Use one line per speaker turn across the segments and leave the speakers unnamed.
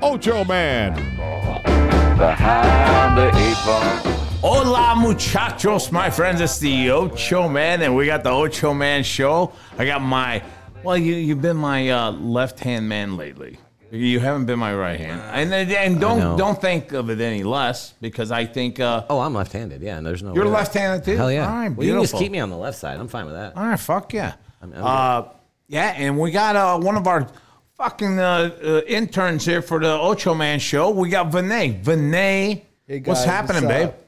Ocho Man.
Behind the eight ball.
Hola, muchachos, my friends. It's the Ocho Man, and we got the Ocho Man show. I got my, well, you, you've been my uh, left hand man lately. You haven't been my right hand, and and- and
know.
don't don't think of it any less because I think uh,
Oh, I'm left-handed. Yeah, and there's no.
you're
way-
left handed too.
Hell yeah.
All right,
well, you can just
beautiful.
keep me on the left side. I'm fine with that.
All right, fuck yeah.
I'm
uh, yeah, and we got uh, one of our fucking uh, uh, interns here for the Ocho Man show. We got Vinay. Vinay,
Hey guys,
what's happening,
what's
babe?
up?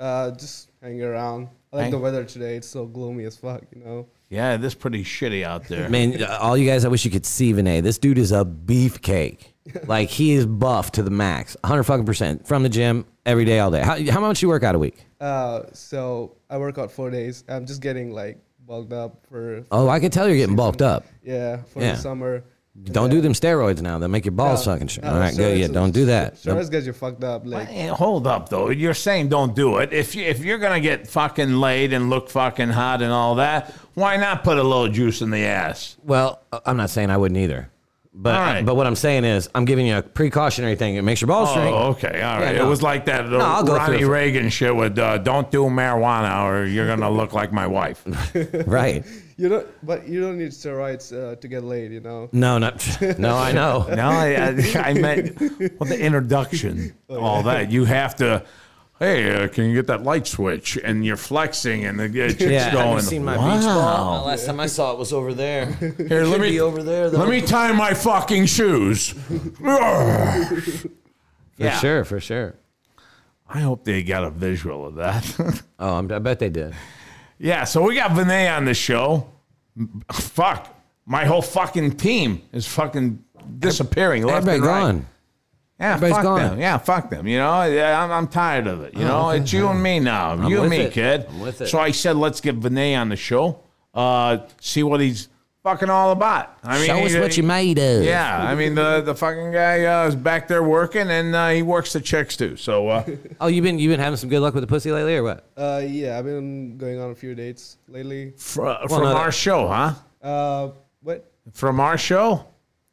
Uh, just hanging around. I like
Hang-
the weather today. It's so gloomy as fuck, you know.
Yeah, this pretty shitty out there.
Man, uh, all you guys, I wish you could see Vinay. This dude is a beefcake. like he is buff to the max, 100 fucking percent from the gym every day, all day. How, how much you work out a week?
Uh, so I work out four days. I'm just getting like bulked up for
Oh, I can tell you're getting bulked up.
yeah for
Yeah.
the summer. uh,
Don't do them steroids now. They make your balls sucking shit. all right, good. Yeah, don't do that.
Sure,
Nope.
gets you fucked up. Like
Hey, Hold up, though. You're saying don't do it. If you, if you're gonna get fucking laid and look fucking hot and all that, why not put a little juice in the ass?
Well, I- I'm not saying I wouldn't either. But,
All right.
but what I'm saying is, I'm giving you a precautionary thing. It makes your balls shrink.
Oh, okay, all right.
no.
It was like that uh,
I'll go
Ronnie
through it.
Reagan shit with uh, "Don't do marijuana or you're gonna look like my wife."
Right.
you don't, but you don't need steroids uh, to get laid, you know.
No, not, no, I know.
No, I, I, I meant well, the introduction,
Oh,
all that. You have to. Hey, uh, can you get that light switch? And you're flexing, and the uh, chick's
Yeah, I
going.
haven't seen my beach ball. The last time I saw it was over there.
Here, let
Should
me
be over there, though.
Let me tie my fucking shoes. yeah,
For sure, for sure.
I hope they got a visual of that.
Oh, I'm, I bet they did.
yeah, so we got Vinay on the show. Fuck, my whole fucking team is fucking disappearing. Left
Everybody
and right.
gone.
Yeah,
Everybody's
fuck
gone. Oh,
them. Yeah, fuck them. You know, yeah, I'm, I'm tired of it. You know, it's you and me now. you and
with
me,
it.
kid.
I'm with it.
So I said, let's get Vinay on the show. Uh, see what he's fucking all about. I mean,
Show us
he-
what you made of.
Yeah, I mean the the fucking guy uh, is back there working, and uh, he works the chicks too. So uh,
Oh, you been you been having some good luck with the pussy lately, or what?
Uh, yeah, I've been going on a few dates lately.
fr- from
no,
our
that-
show, huh?
Uh, what?
From our show,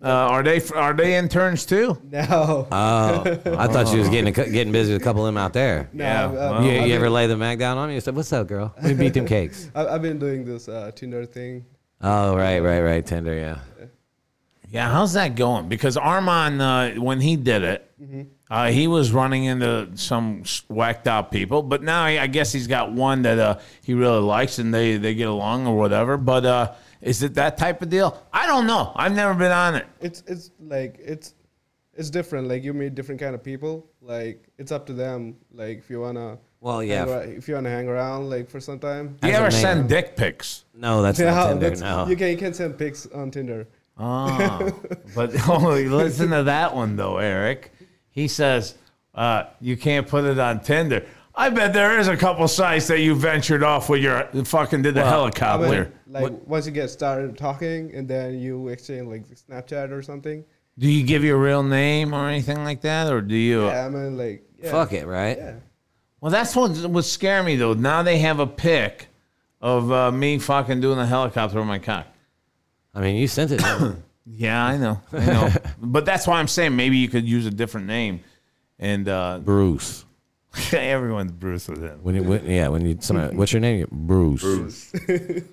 uh, are they are they interns too?
Now,
Uh,
Oh.
I thought you was getting a, cou- getting busy with a couple of them out there.
uh, yeah,
You,
well,
you ever lay the mag down on me? You said, "What's up, girl? We beat them cakes."
I, I've been doing this uh, Tinder thing.
Oh, right, right, right. Tinder, yeah.
Yeah, how's that going? Because Armand, uh, when he did it, uh, he was running into some s- whacked out people. But now I I guess he's got one that uh, he really likes, and they they get along or whatever. But uh, is it that type of deal? I don't know. I've never been on it.
it's it's like it's it's different like you meet different kind of people like it's up to them like if you wanna
Well,
hang
yeah.
arou- if you wanna hang around like for some time
Do you
As a
ever
man.
send dick pics?
No, that's
Yeah,
not Tinder.
that's-
No.
you can you can send pics on tinder
Oh, but only listen to that one though, Eric. He says uh, you can't put it on Tinder. I bet there is a couple sites that you ventured off with your fucking did the
I mean,
helicopter.
like once you get started talking and then you exchange like snapchat or something
Do you give your real name or anything like that, or do you?
yeah, i mean like yeah,
Fuck it, right?
Well, that's what would scare me though. Now they have a pic of uh, me fucking doing the helicopter with my cock.
I mean, you sent it.
Yeah, I know, I know. but that's why I'm saying maybe you could use a different name, and uh,
Bruce.
everyone's Bruce with him.
When you, when, yeah, when you somebody, what's your name? Bruce. Bruce.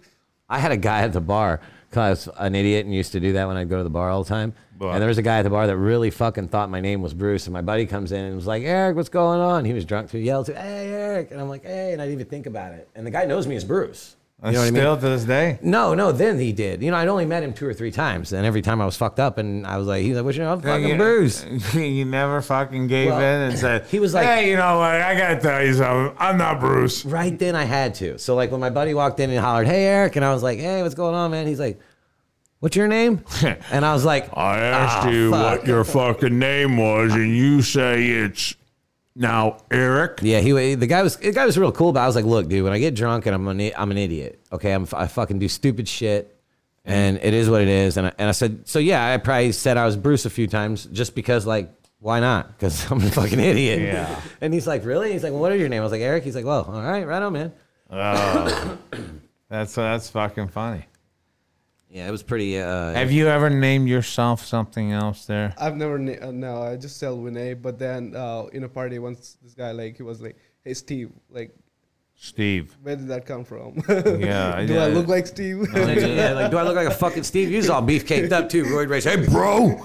I had a guy at the bar because I was an idiot and used to do that when I'd go to the bar all the time.
Wow.
And there was a guy at the bar that really fucking thought my name was Bruce. And my buddy comes in and was like, Eric, what's going on? He was drunk, so he yelled to, Hey, Eric. And I'm like, Hey, and I didn't even think about it. And the guy knows me as Bruce. You know what I mean?
Still to this day.
No, no, then he did. You know, I'd only met him two or three times. And every time I was fucked up and I was like, He's like, What's your name? I'm fucking
you,
Bruce.
You never fucking gave
Well,
in and said,
he was like-
hey, you know what? I got to tell you something. I'm not Bruce.
right then I had to. So like when my buddy walked in and hollered, "Hey Eric," and I was like, "Hey, what's going on, man?" He's like, What's your name? and I was like,
I asked you
fuck.
what your fucking name was, and you say it's now Eric.
Yeah, he wa- the guy was the guy was real cool, but I was like, look, dude, when I get drunk and I'm an i- I'm an idiot. Okay, I'm I fucking do stupid shit, and it is what it is. And I, and I said, so yeah, I probably said I was Bruce a few times just because like. Why not? Because I'm a fucking idiot.
Yeah.
And he's like, really? He's like, well, what is your name? I was like, Eric. He's like, well, all right, right on, man.
That's that's fucking funny.
Yeah, it was pretty. Uh,
Have you ever named yourself something else there?
I've never na- uh, no. I just tell Vinay. But then uh, in a party, once this guy like he was like, "Hey Steve, like
Steve.
where did that come from?
Yeah,
Do
yeah.
I look like Steve?
yeah, like, do I look like a fucking Steve? You was all beefcaked up too, roid rage. Hey, bro.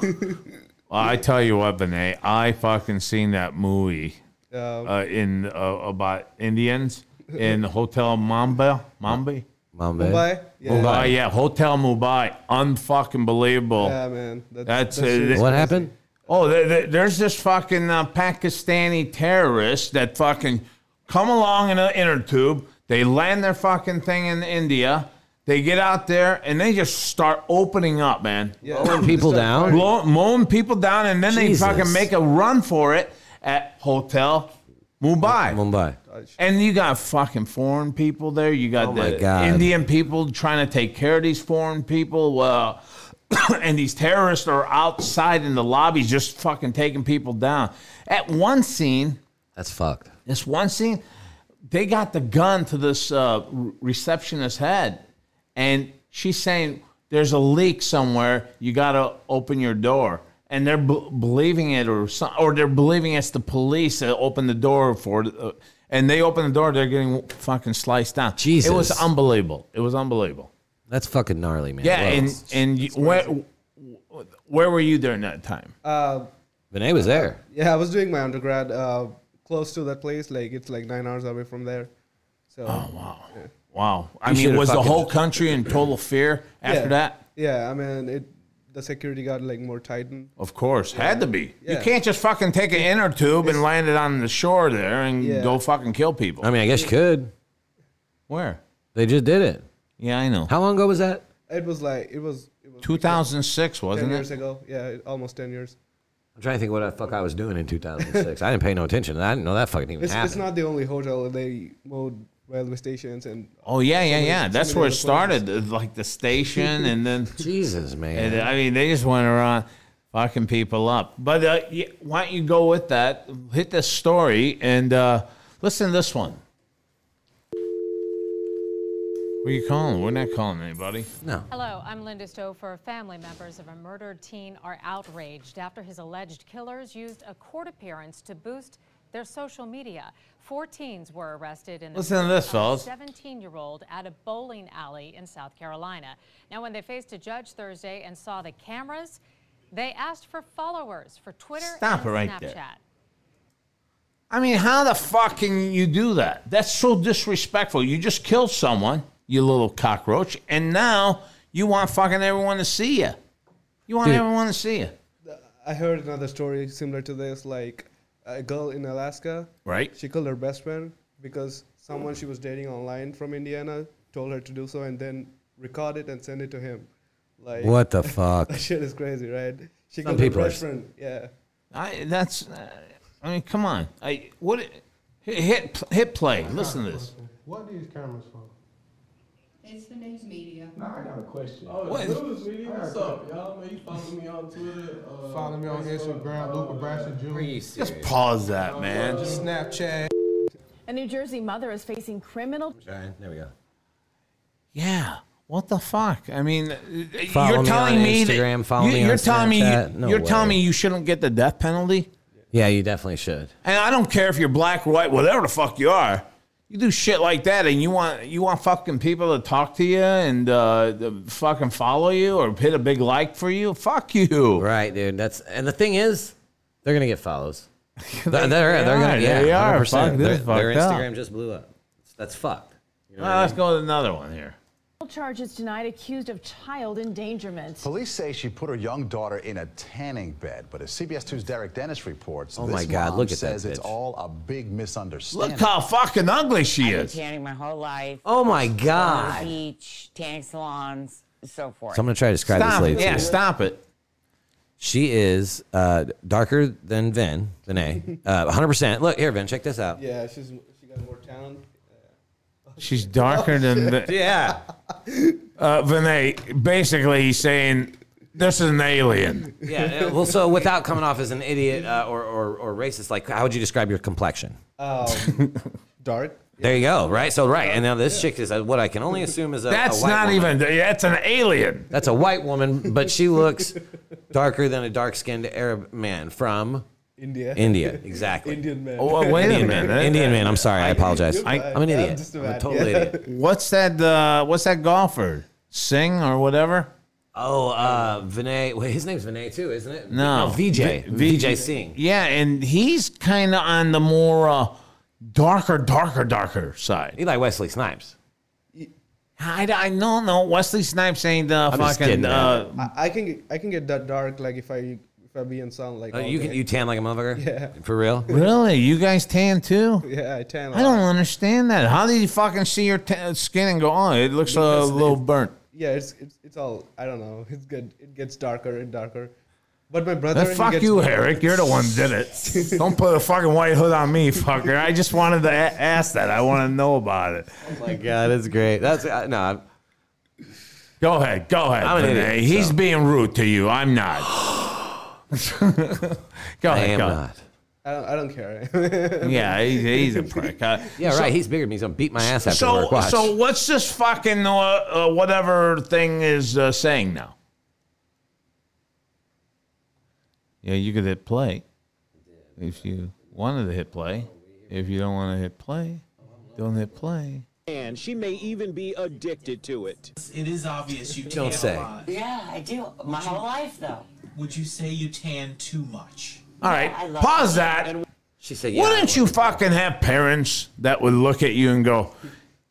I tell you what, Vinay, I fucking seen that movie
Um,
uh, in uh, about Indians in Hotel Mumbai. Mumbai.
Mom,
Mumbai? Yeah.
Oh,
Mumbai. yeah, Hotel Mumbai. Unfucking believable.
Yeah, man. That,
That's
that shit
it.
is
What
crazy.
happened?
Oh, there, there- there's this fucking uh, Pakistani terrorist that fucking come along in an inner tube. They land their fucking thing in India. They get out there and they just start opening up, man.
Yeah.
Blowing people
Just
down?
started-
Blow, mowing people down, and then
Jesus.
they fucking make a run for it at Hotel Mumbai.
Mumbai.
And you got fucking foreign people there. You got
Oh my
the
God.
Indian people trying to take care of these foreign people. Well, and these terrorists are outside in the lobbies just fucking taking people down. At one scene,
That's fucked.
this one scene, they got the gun to this uh, re- receptionist's head, and she's saying, "There's a leak somewhere. You gotta open your door." And they're b- believing it, or some, or they're believing it's the police that opened the door for. Uh, and they open the door, they're getting fucking sliced down. it was
Jesus.
unbelievable. It was unbelievable.
That's fucking gnarly, man.
Yeah,
Whoa.
and and you, where where were you during that time?
Uh,
Vinay was there.
yeah, I was doing my undergrad uh, close to that place. Like it's like nine hours away from there. So
Oh,
wow, I
You
mean,
should've
was the
fucking-
whole country in total fear after
yeah.
that?
Yeah, I mean it. The security got like more tightened.
Of course, had to be. You
Yeah.
can't just fucking take an inner tube and land it on the shore there and
Yeah.
go fucking kill people.
I mean, I guess you could.
Where?
They just did it.
Yeah, I know.
How long ago was that?
It was like it was. It was
2006
ten
wasn't
years
it?
ago. Yeah, it- almost ten years.
I'm trying to think what the fuck I was doing in 2006. I didn't pay no attention. to that. I didn't know that fucking even
It's,
happened.
it's not the only hotel. They mowed railway stations and
Oh yeah, yeah,
many-
yeah.
so
That's
many
where it
other
started. uh, Like the station, and then
Jesus, man.
and, I mean they just went around fucking people up. But uh, y- why don't you go with that? Hit this story and uh, listen to this one. Who are you calling? We're not calling anybody.
no.
Hello, I'm Linda Stouffer. Family members of a murdered teen are outraged after his alleged killers used a court appearance to boost their social media. Four teens were arrested in the
Listen to
murder
this,
of
fellas.
a 17-year-old at a bowling alley in South Carolina. Now, when they faced a judge Thursday and saw the cameras, they asked for followers for Twitter
Stop
and
it right
Snapchat.
there. I mean, how the fuck can you do that? That's so disrespectful. You just killed someone, you little cockroach, and now you want fucking everyone to see you. You want everyone to see you,
I heard another story similar to this. Like a girl in Alaska,
right?
she killed her best friend because someone she was dating online from Indiana told her to do so, and then record it and send it to him. Like
What the fuck?
That shit is crazy, right? She
Some
killed her
people are
best
s-
friend. Yeah.
I that's. Uh, I mean, come on. I what? Hit hit, hit play. Listen to this.
What are these cameras for?
It's the news media.
What?
What's up, y'all? Man, you follow me on Twitter. follow me on Instagram, Luca Brasher Jr.
Just pause that, man.
Snapchat.
A New Jersey mother is facing criminal.
There we go.
Yeah. What the fuck? I mean, uh,
Follow
you're
me
telling
on
me
Instagram,
that,
follow me
you're
on
telling me you,
Snapchat. No
you're telling
way.
me you shouldn't get the death penalty.
Yeah, you definitely should.
And I don't care if you're black, white, whatever the fuck you are. You do shit like that, and you want you want fucking people to talk to you and uh, to fucking follow you or hit a big like for you. Fuck you.
Right, dude. That's and the thing is, they're gonna get follows. they're they're,
they
they're
are,
gonna yeah,
they are.
100%.
Fuck, this
their,
is
their
fucked up.
Instagram just blew up. That's fucked.
Well, let's go with another one here.
Charges tonight accused of child endangerment.
Police say she put her young daughter in a tanning bed, but as CBS 2's Derek Dennis reports,
Oh
this
my God,
mom
look at that
says it's
bitch.
all a big misunderstanding.
Look how fucking ugly she is.
Tanning my whole life.
Oh my god.
Beach, tanning salons.
so forth.
So I'm gonna try to describe
Stop.
this lady.
Yeah,
to you.
stop it.
She is uh, darker than Vin, than A, uh, 100%. Look here, Vin, check this out.
Yeah, she's she got more talent. uh,
She's darker than the,
yeah.
Uh, Vinay, basically, he's saying this is an alien.
Yeah. Well, so without coming off as an idiot uh, or, or or racist, like how would you describe your complexion?
Um, dark.
There you go. Right. So right, and now this chick is uh what I can only assume is a. a
That's
white
not
woman.
even. That's an alien.
That's a white woman, but she looks darker than a dark-skinned Arab man from
India.
India, exactly.
Indian man.
Oh, wait a
Indian
minute.
man. Indian man. I'm sorry. I apologize.
You're
I,
fine.
am an
I'm
idiot.
just a
I'm a
bad-
total
yeah.
idiot.
What's that? Uh, what's that golfer? Sing or whatever.
Oh, uh, Vinay. Wait, his name's Vinay too, isn't it?
No,
VJ.
V-
VJ Singh.
Yeah, and he's kind of on the more uh, darker, darker, darker side.
He like Wesley Snipes.
I, I don't know. Wesley Snipes ain't uh,
I'm just
fucking.
kidding,
Uh,
I, I can get, I can get that dark like if I if I be in sun like.
Uh,
all
you can
day.
you tan like a motherfucker.
Yeah.
For real.
really, you guys tan too?
Yeah, I tan. a
I don't
lot.
understand that. How do you fucking see your ta skin and go, oh, it looks
Because
a little
it-
burnt?
Yeah, it's, it's it's all I don't know. It's good. It gets darker and darker. But my brother.
Then
he
fuck
gets
you,
more-
Eric. You're the one did it. don't put a fucking white hood on me, fucker. I just wanted to a- ask that. I want to know about it.
Oh my god, that's great. That's uh, no. I'm-
Go ahead. Go ahead.
I'm an
Vinay.
idiot,
He's
so.
being rude to you. I'm not. go
I
ahead.
am
go.
not.
I don't, I don't care.
Yeah, he's, he's a prick. Uh,
Yeah,
so-
right. He's bigger than me. He's gonna beat my ass after
So,
work. Watch.
so what's this fucking uh, uh, whatever thing is uh, saying now? Yeah, you could hit play if you wanted to hit play. If you don't want to hit play, don't hit play.
and she may even be addicted to it. It is obvious you
Don't tan a say.
lot.
Yeah, I do. My whole life, though.
Would you say you tan too much?
All
I
right,
love
pause that.
she said, "Yeah."
Wouldn't you fucking have parents that would look at you and go,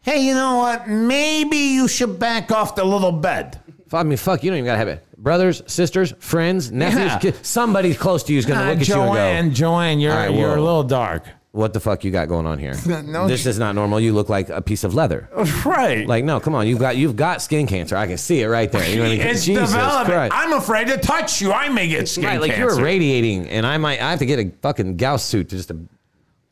"Hey, you know what? Maybe you should back off the little bed."
F- I mean, fuck. You don't even gotta have it. Brothers, sisters, friends, nephews.
Yeah.
ki- Somebody close to you is gonna
Uh,
look at you
Joanne,
and go,
Joanne, you're
All right,
you're a
whoa.
little dark.
"What the fuck you got going on here?
No,
this
she-
is not normal. You look like a piece of leather."
Right.
Like, no, come on. You've got you've got skin cancer. I can see it right there. You know what I mean?
It's
Jesus
developing.
Christ.
I'm afraid to touch you. I may get skin
Right, like
cancer.
you're radiating, and I might I have to get a fucking Gauss suit to just to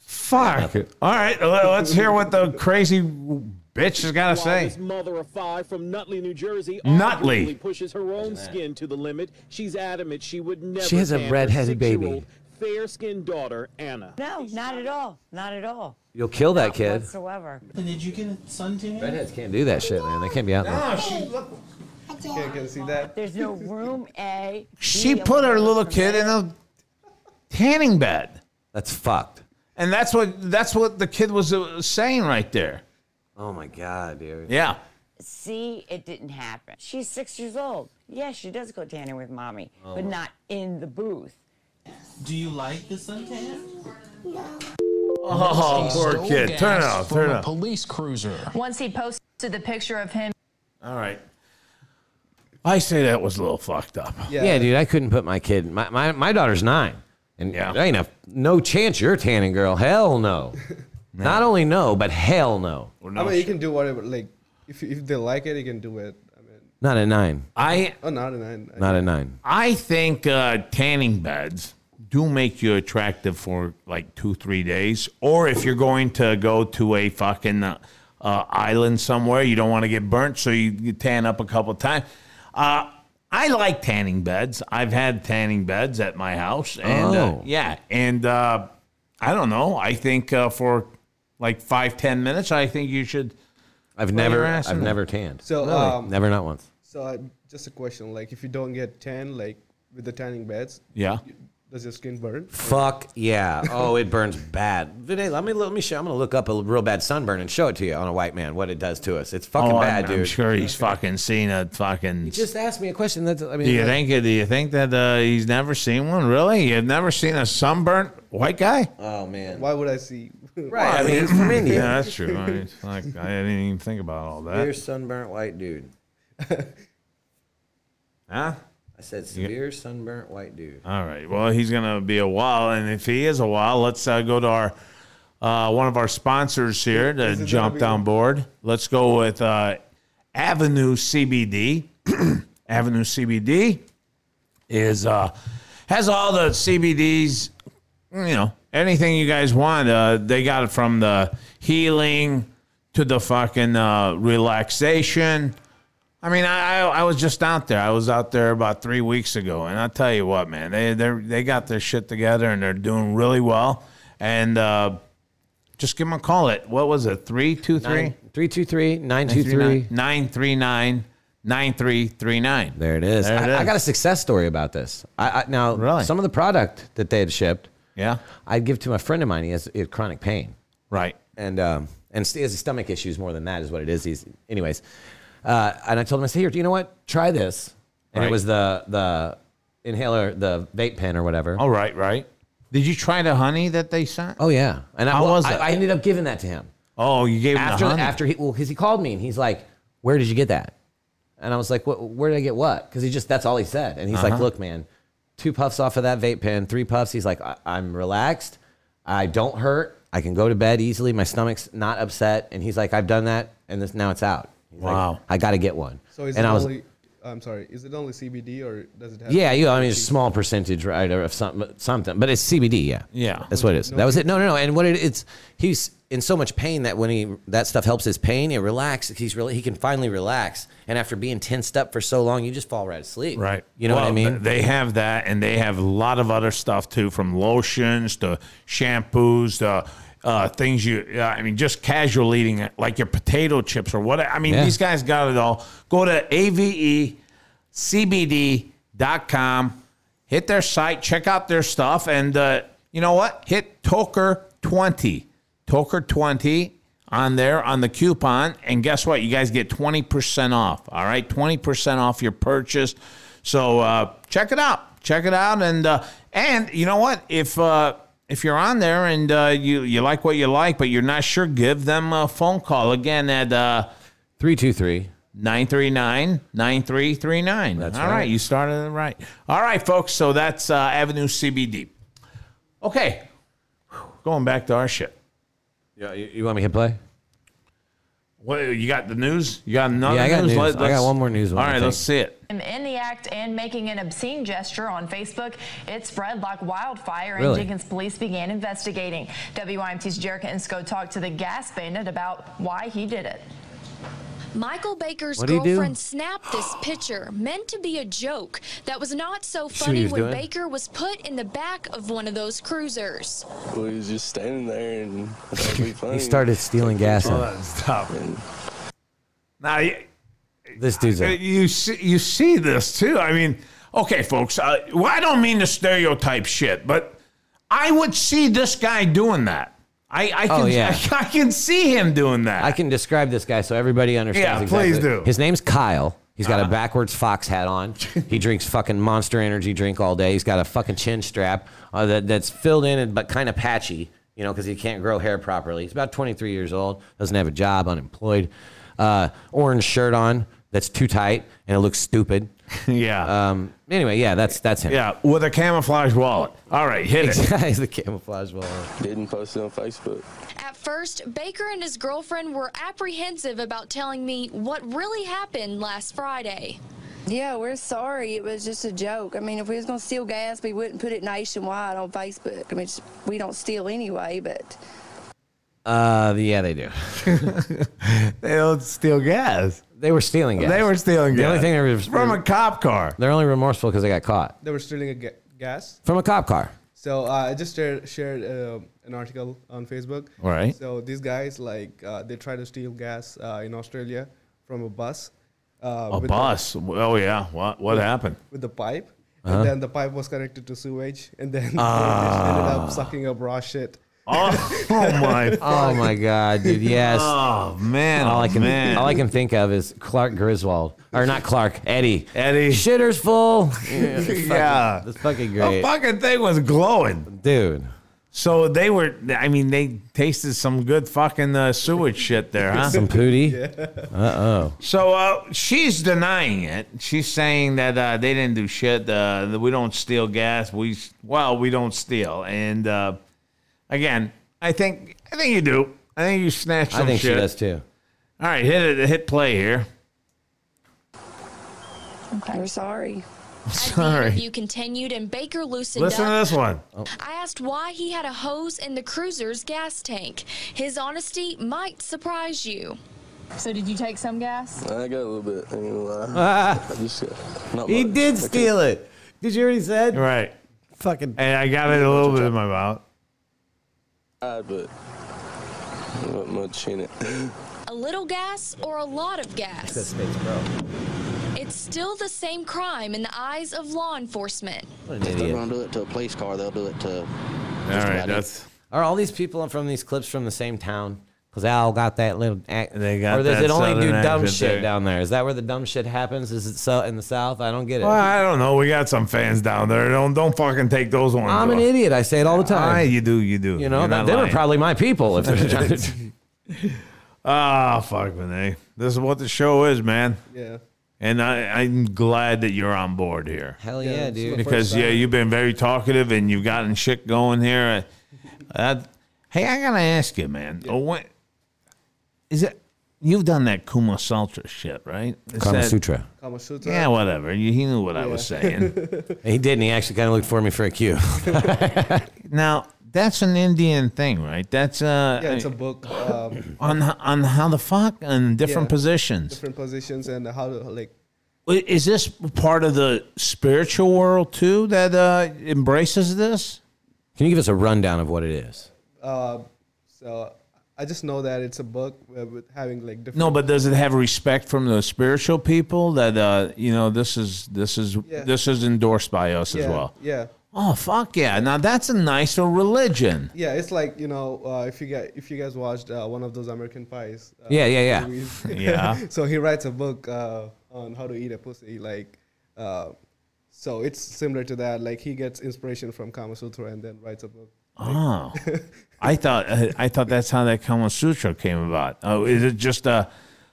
Fuck. All right, let- let's hear what the crazy bitch has got to
While
say.
this mother of five from Nutley, New Jersey,
Nutley.
arguably pushes her own skin to the limit. She's adamant she would never.
She has a
tan her
redheaded baby.
six-year-old Fair-skinned daughter Anna.
No, not at all. Not at all.
you'll kill that
Not
kid.
Whatsoever.
Did you get a suntan?
Redheads can't do that shit, man. They can't be out there.
Can't get- see that.
There's no room A.
She
B,
put her
away
little
from
kid
there.
in a tanning bed,
That's fucked.
and that's what that's what the kid was uh, saying right there.
Oh my god, dude.
Yeah.
See, it didn't happen. She's six years old. Yeah, she does go tanning with mommy, but not in the booth.
Do you like the suntan?
Oh, poor kid. Turn it off. Turn it off.
Police cruiser.
Once he posted the picture of him
All right. I say that was a little fucked up.
Yeah. dude, I couldn't put my kid. My my, my daughter's nine, and
Yeah.
there ain't a no chance you're a tanning girl. Hell no. Not only no, but hell no.
I mean, you can do whatever. Like, if if they like it, you can do it. I mean,
Not at nine.
I
oh, not and I,
Not at nine.
I think uh, tanning beds do make you attractive for like two, three days. Or if you're going to go to a fucking uh, uh, island somewhere, you don't want to get burnt, so you, you tan up a couple times. Uh, I like tanning beds. I've had tanning beds at my house, and uh,
Oh.
yeah, and uh, I don't know. I think uh, for like five, ten minutes, I think you should.
I've never
your ass
I've
in
never tanned.
So,
Really?
um,
never not once.
So I, just a question, like if you don't get tan, like with the tanning beds,
Yeah.
does your skin burn?
Fuck yeah! Oh, it burns bad. Vinay, let me let me show. I'm gonna look up a real bad sunburn and show it to you on a white man. What it does to us? It's fucking
Oh,
bad,
I'm,
dude.
I'm sure he's fucking seen a fucking.
Just ask me a question. That's I mean,
Do you
like-
think? Do you think that uh, he's never seen one? Really? You've never seen a sunburnt white guy?
Oh man,
Why would I see?
right? I mean, he's from
Yeah,
India.
that's true. I, mean, it's like, I didn't even think about all
Severe
that.
sunburnt white dude.
Huh?
I said severe sunburnt white dude.
All right. Well, he's gonna be a while, and if he is a while, let's uh, go to our uh, one of our sponsors here that
gonna
jumped
be-
on board. Let's go with uh, Avenue CBD. Avenue CBD is uh, has all the CBDs, you know, anything you guys want. Uh, they got it from the healing to the fucking uh, relaxation. I mean, I, I I was just out there. I was out there about three weeks ago, and I'll tell you what, man, they they they got their shit together and they're doing really well. And uh, just give them a call. It what was it? Three two three.
Nine- 323 923.
939 9339.
There it is.
There it
I, I
is.
got a success story about this. I, I now some of the product that they had shipped.
Yeah,
I'd give to my friend of mine. He has, he had chronic pain.
Right.
And um, and he has stomach issues more than that is what it is. He's anyways. Uh, and I told him I said, here, do you know what? Try this. And
Right.
it was the the inhaler, the vape pen or whatever.
All right, right. Did you try the honey that they sent?
Oh yeah. And I,
How
well,
was
I,
it?
I ended up giving that to him.
Oh, you gave him
after
the honey.
after he well because he called me and he's like, "Where did you get that?" And I was like, what, "Where did I get what?" Because he just that's all he said. And he's like,
Uh-huh.
"Look, man, two puffs off of that vape pen, three puffs." He's like, I- "I'm relaxed. I don't hurt. I can go to bed easily. My stomach's not upset." And he's like, "I've done that, and this now it's out." He's like,
Wow.
I got to get one.
So is
and
it
I was
only? I'm sorry. Is it only CBD or does it have?
yeah, you. I mean, it's a small percentage, right, or of some, something, but it's CBD. Yeah,
Yeah.
that's what it is. that was it. No, no, no. And what it, it's, he's in so much pain that when he that stuff helps his pain, it relaxes. He's really he can finally relax. And after being tensed up for so long, you just fall right asleep.
Right.
You know what I
Well, th-
mean?
They have that, and they have a lot of other stuff too, from lotions to shampoos to uh, things you. Uh, I mean, just casual eating, it, like your potato chips or what. I mean,
Yeah.
these guys got it all. Go to E avecbd.com, hit their site, check out their stuff, and uh, you know what? Hit Toker twenty, Toker twenty. On there on the coupon, and guess what? You guys get 20% off. All right, 20% off your purchase. So uh, check it out. Check it out, and uh, and you know what? If uh, if you're on there and uh, you you like what you like, but you're not sure, give them a phone call again at uh,
323
939 9339.
That's
All right,
right.
you started it right. All right, folks. So that's uh, Avenue CBD. Okay, going back to our shit.
Yeah. You, you want me to hit play?
What you got? The news? You got another
Yeah, I got
news?
news.
Let-
I got
let's-
one more news one,
All
I
right,
think.
let's see it.
Him in the act and making an obscene gesture on Facebook, it spread like wildfire, and
Really?
Jenkins police began investigating. WIMT's Jerica Insko talked to the gas bandit about why he did it.
Michael Baker's
What'd he do?
girlfriend snapped this picture, meant to be a joke, that was not so
see what he
funny
was
when
doing?
Baker was put in the back of one of those cruisers.
Well, he was just standing there and I thought it'd be funny.
He started stealing gas.
Hold on, stop. Now, you,
This dude's a
you see, you see this too. I mean, okay, folks. Uh, well, I don't mean to stereotype shit, but I would see this guy doing that. I, I can,
Oh, yeah.
I, can see him doing that.
I can describe this guy so everybody
Yeah,
understands.
please
exactly.
do. Uh-huh.
His name's Kyle. He's got a backwards fox hat on. he drinks fucking Monster Energy drink all day. He's got a fucking chin strap uh, that, that's filled in and- but kind of patchy, you know, because he can't grow hair properly. He's about 23 years old. Doesn't have a job. Unemployed. Uh, orange shirt on that's too tight and it looks stupid.
yeah.
Um. Anyway, yeah, that's that's him.
Yeah, with a camouflage wallet. All right, hit it.
He's the camouflage wallet.
Didn't post it on Facebook.
At first, Baker and his girlfriend were apprehensive about telling me what really happened last Friday.
Yeah, we're sorry. It was just a joke. I mean, if we was gonna steal gas, we wouldn't put it nationwide on Facebook. I mean, it's- we don't steal anyway, but
Uh. Yeah, they do.
they don't steal gas.
They were stealing gas.
They were stealing
The
gas.
only thing they were
From a cop car.
They're only remorseful because they got caught.
They were stealing a ga- gas.
From a cop car.
So uh, I just shared, shared uh, an article on Facebook.
All right.
So these guys like uh, they try to steal gas uh, in Australia from a bus. Uh,
A
with the-
bus. oh yeah. What what
with-
happened?
With the pipe,
Uh-huh.
and then the pipe was connected to sewage, and then it ended
Ah.
up sucking up raw shit.
Oh, oh my.
Oh my God, dude! Yes.
Oh man.
All I
oh,
can
man.
all I can think of is Clark Griswold, or not Clark, Eddie.
Eddie.
Shitter's full.
Yeah.
that's fucking
The
great,
fucking thing was glowing.
dude.
So they were. I mean, they tasted some good fucking uh, sewage shit there, huh?
Some pooty.
Yeah.
Uh oh.
So uh, she's denying it. She's saying that uh, they didn't do shit. Uh, that we don't steal gas. We well, we don't steal. And uh, again, I think I think you do. I think you snatch some
I think
shit.
she does too.
All right, hit it. Hit play here.
We're sorry.
Sorry.
You continued, and Baker loosened
Listen to
up.
this one.
I asked why he had a hose in the cruiser's gas tank. His honesty might surprise you.
So did you take some gas?
I got a little bit. I ain't gonna lie.
Ah.
I just got, not
He
much.
did
I can't-
steal it. Did you hear what he said?
Right.
Fucking.
And I got it a little bit in my mouth.
I but not much in it.
A little gas or a lot of gas?
space, bro.
It's still the same crime in the eyes of law enforcement.
What an idiot.
gonna do it to a police car, they'll do it to.
All right, that's
Are all these people from these clips from the same town? Because they all got that little act.
They got
or does
that
it only do
southern
dumb
accent
shit
there.
down there? Is that where the dumb shit happens? Is it so in the South? I don't get it.
Well, I don't know. We got some fans down there. Don't don't fucking take those ones.
I'm an idiot. I say it all the time.
Ah, you do, you do.
you know, they were probably my people. If they're-
Ah, fuck, Vinay. This is what the show is, man.
Yeah.
And I, I'm glad that you're on board here.
Hell yeah,
it's
dude.
the
Because yeah, you've been very talkative and you've gotten shit going here. Uh, hey, I gotta ask you, man. Oh, what is it? You've done that Kuma Sutra shit, right? Is
Kama
that-
Sutra.
Kama Sutra.
Yeah, whatever. You, he knew what I was
Yeah.
saying.
he didn't. He actually kind of looked for me for a cue.
now that's an Indian thing, right? That's uh,
Yeah, it's a book. Um,
on on how the fuck and different
yeah,
positions.
Different positions and how to like.
I- Is this part of the spiritual world too that uh, embraces this?
Can you give us a rundown of what it is?
Uh, so I just know that it's a book where with having like different.
No, but does it have respect from the spiritual people that uh, you know this is this is
Yeah.
this is endorsed by us
yeah,
as well?
Yeah.
Oh fuck yeah! Now that's a nicer religion.
Yeah, it's like you know, uh, if you get if you guys watched uh, one of those American Pies. Uh,
Yeah, yeah, yeah.
movies.
Yeah.
so he writes a book uh, on how to eat a pussy, like. Uh, so it's similar to that. Like he gets inspiration from Kama Sutra and then writes a book.
Oh, I thought uh, I thought that's how that Kama Sutra came about. Oh, is it just uh,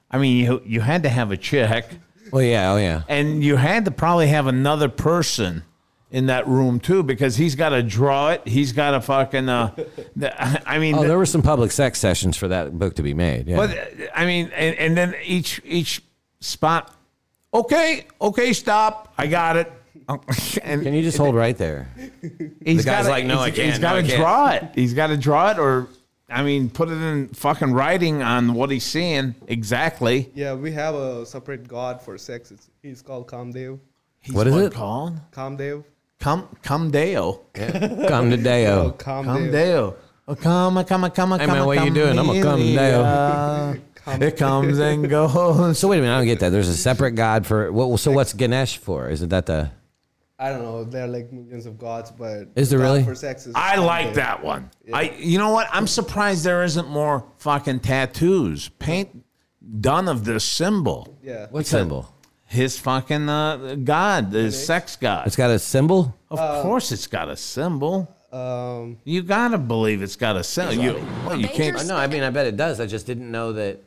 I mean, you you had to have a chick,
Oh yeah, oh yeah.
and you had to probably have another person in that room too, because he's got to draw it. He's got to fucking. Uh, the- I I mean,
Oh,
the-
there were some public sex sessions for that book to be made. Yeah.
But uh, I mean, and, and then each each spot. Okay, okay, stop. I got it. And
Can you just hold right there?
he's
the guy's
gotta-
like, "No, I
he's- He's
can't, no,
got
I
to
can't."
draw it. He's got to draw it, or I mean, put it in fucking writing on what he's seeing exactly.
Yeah, we have a separate god for sex. It's, he's called Kamdev.
He's
What is it?
Called
Kamdev.
come come Deo.
Come to Deo.
Come Deo. Oh, come, come, come,
Hey,
come,
man, what
come,
you doing? I'ma come
Deo. It comes and goes.
So wait a minute, I don't get that. There's a separate god for what? So what's Ganesh for? Isn't that the?
I don't know. There are like millions of gods, but
Is there
god
really?
for sex is
I like
Kamdev.
that one. I you know what? I'm surprised there isn't more fucking tattoos. Paint done of this symbol.
Yeah.
What symbol?
His fucking uh, god, the sex god.
It's got a symbol.
Of course it's got a symbol.
Um,
You got to believe it's got a symbol. You, well, you
I
can't
know. I mean, I bet it does. I just didn't know that.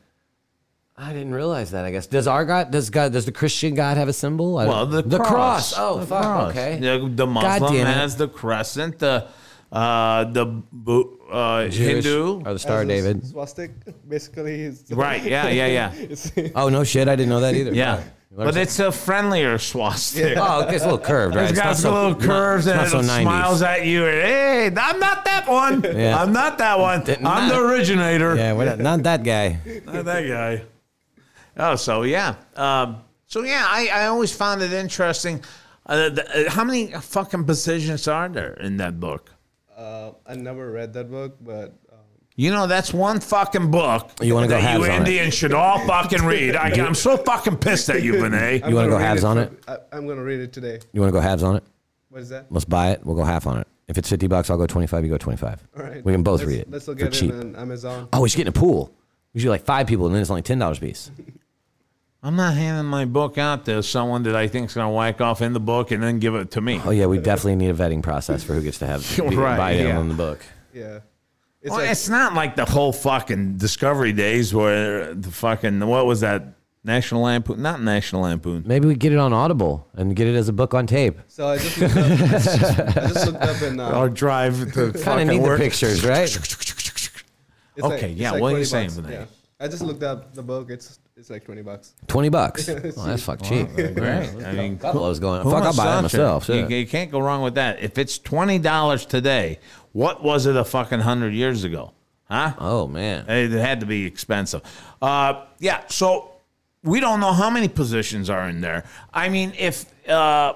I didn't realize that. I guess does our god does God does the Christian God have a symbol? I don't-
Well, the,
cross. Oh,
The
fuck.
cross.
Okay.
The, the
God
Muslim
damn it.
has the crescent, the uh the Bu- uh
Jewish-
Hindu.
or the Star
as a
David.
Swastik, basically. Is
Right. Yeah, yeah, yeah.
It's-
Oh no, shit! I didn't know that either.
Yeah. But
Learn something.
it's a friendlier swastika.
oh, okay, it's a little curved, right?
It's got
not
some little
not-
curves
it's
and
not
it
so 90s.
smiles at you. And, hey, I'm not that one.
Yeah.
I'm not that one. I'm the originator.
Yeah, we're not, not that guy.
Not that guy. Oh, so yeah. Um, so yeah, I, I always found it interesting. Uh, the, uh, how many fucking positions are there in that book?
Uh, I never read that book, but um,
You know, that's one fucking book
You wanna go
that you
halves on it.
Indians should all fucking read. I, I'm so fucking pissed at you, Vinay.
You want to
I'm
go
gonna read
halves on it?
from- I, I'm gonna read it today.
You want to go halves on it?
What is that?
Let's buy it. We'll go half on it. If it's fifty bucks, I'll go twenty-five. You go twenty-five.
All right.
We can both
let's,
read it
Let's look
for
at
cheap.
it on Amazon.
Oh, we should get in a pool. We should do like five people, and then it's only ten dollars a piece.
I'm not handing my book out to someone that I think's going to whack off in the book and then give it to me.
Oh yeah, we definitely need a vetting process for who gets to have be
Right,
invited
yeah.
on the book.
Yeah.
It's,
It's like
it's not like the whole fucking Discovery days where the fucking what was that National Lampoon? Not National Lampoon.
Maybe we get it on Audible and get it as a book on tape.
so. I just looked up, I just looked up and uh,
Or drive to
Kind of
fucking
need
work.
the pictures, right?
it's like-
okay,
it's
yeah,
like
what are you
20
saying,
bucks,
Vinay?
yeah. I just looked up the book. It's It's like 20 bucks.
20 bucks. Well, that's fuck cheap.
Great. I mean,
couple of those going.
who
Fuck, I'll
wants
buy it
such a-
myself.
You,
shit.
you can't go wrong with that. If it's twenty dollars today, what was it a fucking hundred years ago? Huh?
Oh man,
it had to be expensive. Uh, yeah. So we don't know how many positions are in there. I mean, if uh,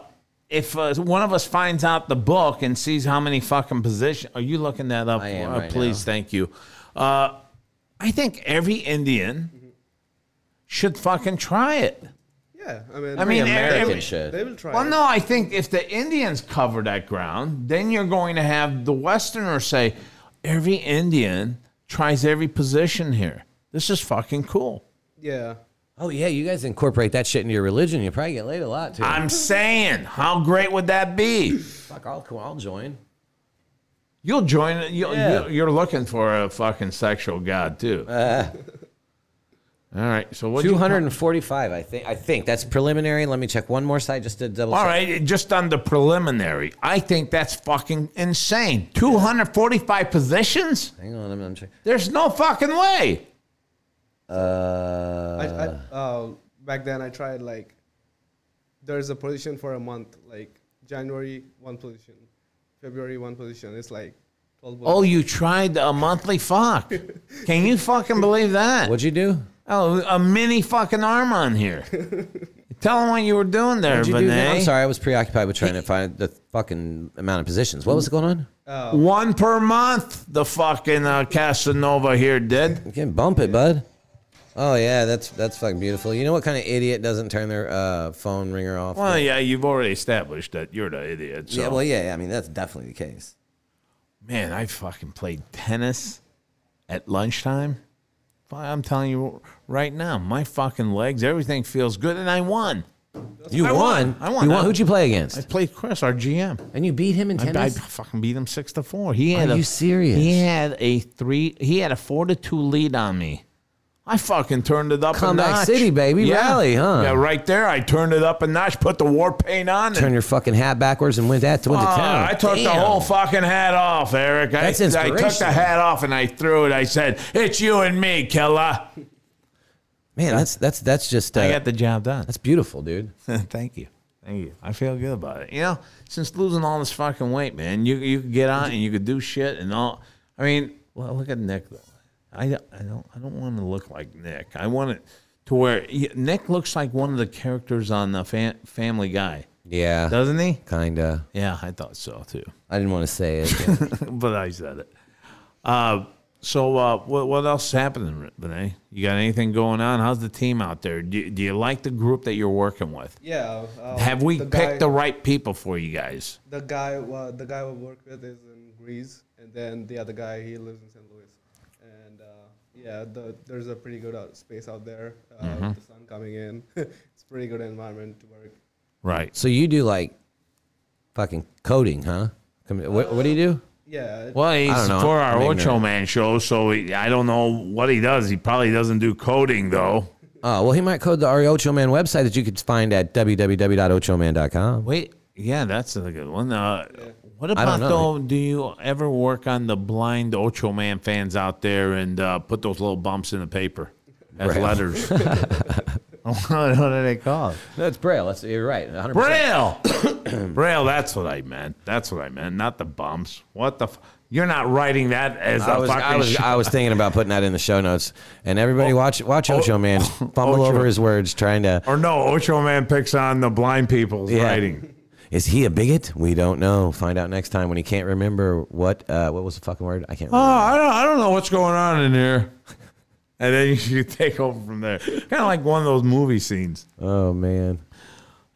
if uh, one of us finds out the book and sees how many fucking positions, are you looking that up?
am
Uh,
right
please, thank you. Uh, I think every Indian should fucking try it.
Yeah, I mean,
I mean,
Every
every-
American should.
They will try.
Well,
it.
no, I think if the Indians cover that ground, then you're going to have the Westerners say, every Indian tries every position here. This is fucking cool.
Yeah.
Oh yeah, you guys incorporate that shit into your religion. You probably get laid a lot too.
I'm saying, how great would that be?
Fuck, I'll, I'll join.
You'll join. You'll,
Yeah.
you'll- You're looking for a fucking sexual god too. All right. So what?
Uh-huh. Two hundred and forty-five. I think. I think that's preliminary. Let me check one more side just to double.
All
check.
right, just on the preliminary, I think that's fucking insane. 245 positions?
Hang on, I'm, I'm checking.
There's no fucking way.
Uh,
I, I, uh, back then, I tried like there's a position for a month, like January one position, February one position. It's like twelve.
Oh, you tried a monthly fuck. Can you fucking believe that?
What'd you do?
Oh, a mini fucking arm on here. Tell them what you were doing there,
What'd you do now?
Vinay.
I'm sorry, I was preoccupied with trying to find the fucking amount of positions. What was going on?
One per month, the fucking uh, Casanova here did.
You can bump it, bud. Oh yeah, that's that's fucking beautiful. You know what kind of idiot doesn't turn their uh, phone ringer off?
Well, yeah, you've already established that you're the idiot. So.
Yeah, well, yeah. I mean, that's definitely the case.
Man, I fucking played tennis at lunchtime. Fi- I'm telling you right now, my fucking legs, everything feels good, and I won.
You
I
won.
I won.
You won. Who'd you play
I
against?
played Chris, our GM.
And you beat him in
I, I
tennis.
fucking beat him six to four. He had
Are
a,
you serious?
He had a three. He had a four to two lead on me. I fucking turned it up. a
Comeback
notch.
City, baby. Rally, huh?
Yeah, right there. I turned it up a notch. Put the war paint on.
Turn your fucking hat backwards and went that to went to
Oh,
town.
I took the
Damn.
whole fucking hat off, Eric. I,
That's
I took the
inspirational.
hat off and I threw it. I said, "It's you and me, killer."
Man, that's that's that's just. Uh,
I got the job done.
that's beautiful, dude.
Thank you. Thank you. I feel good about it. You know, since losing all this fucking weight, man, you you could get out and you could do shit and all. I mean, well, look at Nick though. I don't- I don't I don't want to look like Nick. I want it to where he- Nick looks like one of the characters on the fam, Family Guy,
Yeah,
doesn't he?
kinda.
Yeah, I thought so too,
I didn't want to say it.
but I said it. Uh, so uh, what what else is happening, Renee? You got anything going on? How's the team out there? Do, do you like the group that you're working with?
Yeah. uh,
Have we
the
picked
guy-
the right people for you guys?
The guy, uh, the guy we work with is in Greece, and then the other guy he lives in St. Louis, and uh, yeah, the, there's a pretty good out, space out there. Uh,
Mm-hmm.
The sun coming in, it's a pretty good environment to work.
Right.
so you do like fucking coding, huh? Come, what, what do you do?
Yeah. it-
Well, he's
don't know.
for our
I'm
Ocho
ignorant.
Man show, so he, I don't know what he does. He probably doesn't do coding though.
Oh, well, he might code the Ari Ocho Man website that you could find at www.ochoman.com.
Wait, yeah, that's a good one. Uh, what
I
about
don't know.
though? Do you ever work on the blind Ocho Man fans out there and uh, put those little bumps in the paper as
Braille.
letters? what are they called?
That's Braille. That's, you're right. 100%.
Braille. Braille. That's what I meant. That's what I meant. Not the bumps. What the? F- You're not writing that as a
I was,
fucking.
I, was,
sh-
I was thinking about putting that in the show notes. And everybody watch watch Ocho Man fumble
Oh. Ocho.
over his words trying to.
or no, Ocho Man picks on the blind people's
Yeah.
writing.
Is he a bigot? We don't know. Find out next time when he can't remember what uh, what was the fucking word? I can't
Oh,
remember.
I don't, I don't know what's going on in here. And then you take over from there. Kind of like one of those movie scenes.
Oh, man.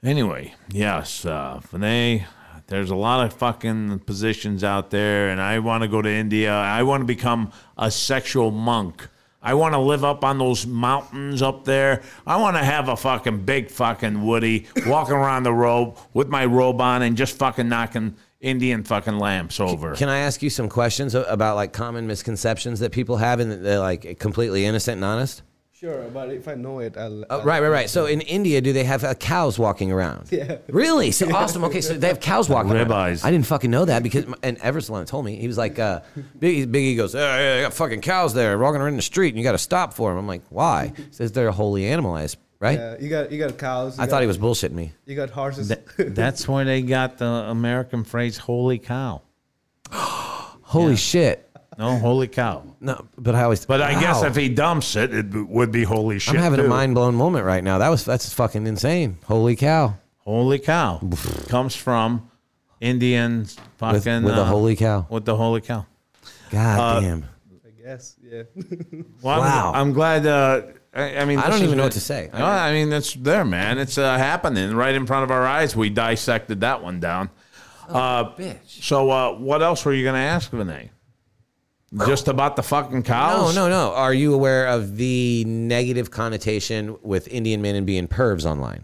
Anyway, yes, uh, Vinay, there's a lot of fucking positions out there, and I want to go to India. I want to become a sexual monk. I want to live up on those mountains up there. I want to have a fucking big fucking Woody walking around the robe with my robe on and just fucking knocking Indian fucking lamps over.
Can I ask you some questions a- about like common misconceptions that people have and that they're like completely innocent and honest?
Sure, but if I know it, I'll.
Uh, right, right, right. So in India, do they have uh, cows walking around?
Yeah.
Really? So awesome. Okay, so they have cows walking around.
Ribeyes.
I didn't fucking know that because, and Everett Salon told me he was like, uh, Biggie, Biggie goes, "Oh, yeah, they got fucking cows there walking around in the street, and you got to stop for them. I'm like, why? He says they're a holy animal, I s- right?
Yeah, you got you got cows. you
I
got-
thought he was bullshitting me.
You got horses.
That's where they got the American phrase "holy cow."
Holy shit!
No, holy cow.
No, but I always.
But I guess
Wow.
if he dumps it, it b- would be holy shit.
I'm having
too.
a mind blown moment right now. That was that's fucking insane. Holy cow!
Holy cow comes from Indians
With,
fucking
with a
uh,
holy cow.
With the holy cow.
God
Uh,
damn.
I guess. Yeah.
Well,
Wow.
I'm, I'm glad. Uh, I, I mean,
I
this
don't
is
even know what to say.
No, I mean, it's there, man. It's uh, happening right in front of our eyes. We dissected that one down. uh,
bitch.
So, uh, what else were you going to ask, Vinay? Just about the fucking
No,
cows?
no, no. Are you aware of the negative connotation with Indian men and being pervs online?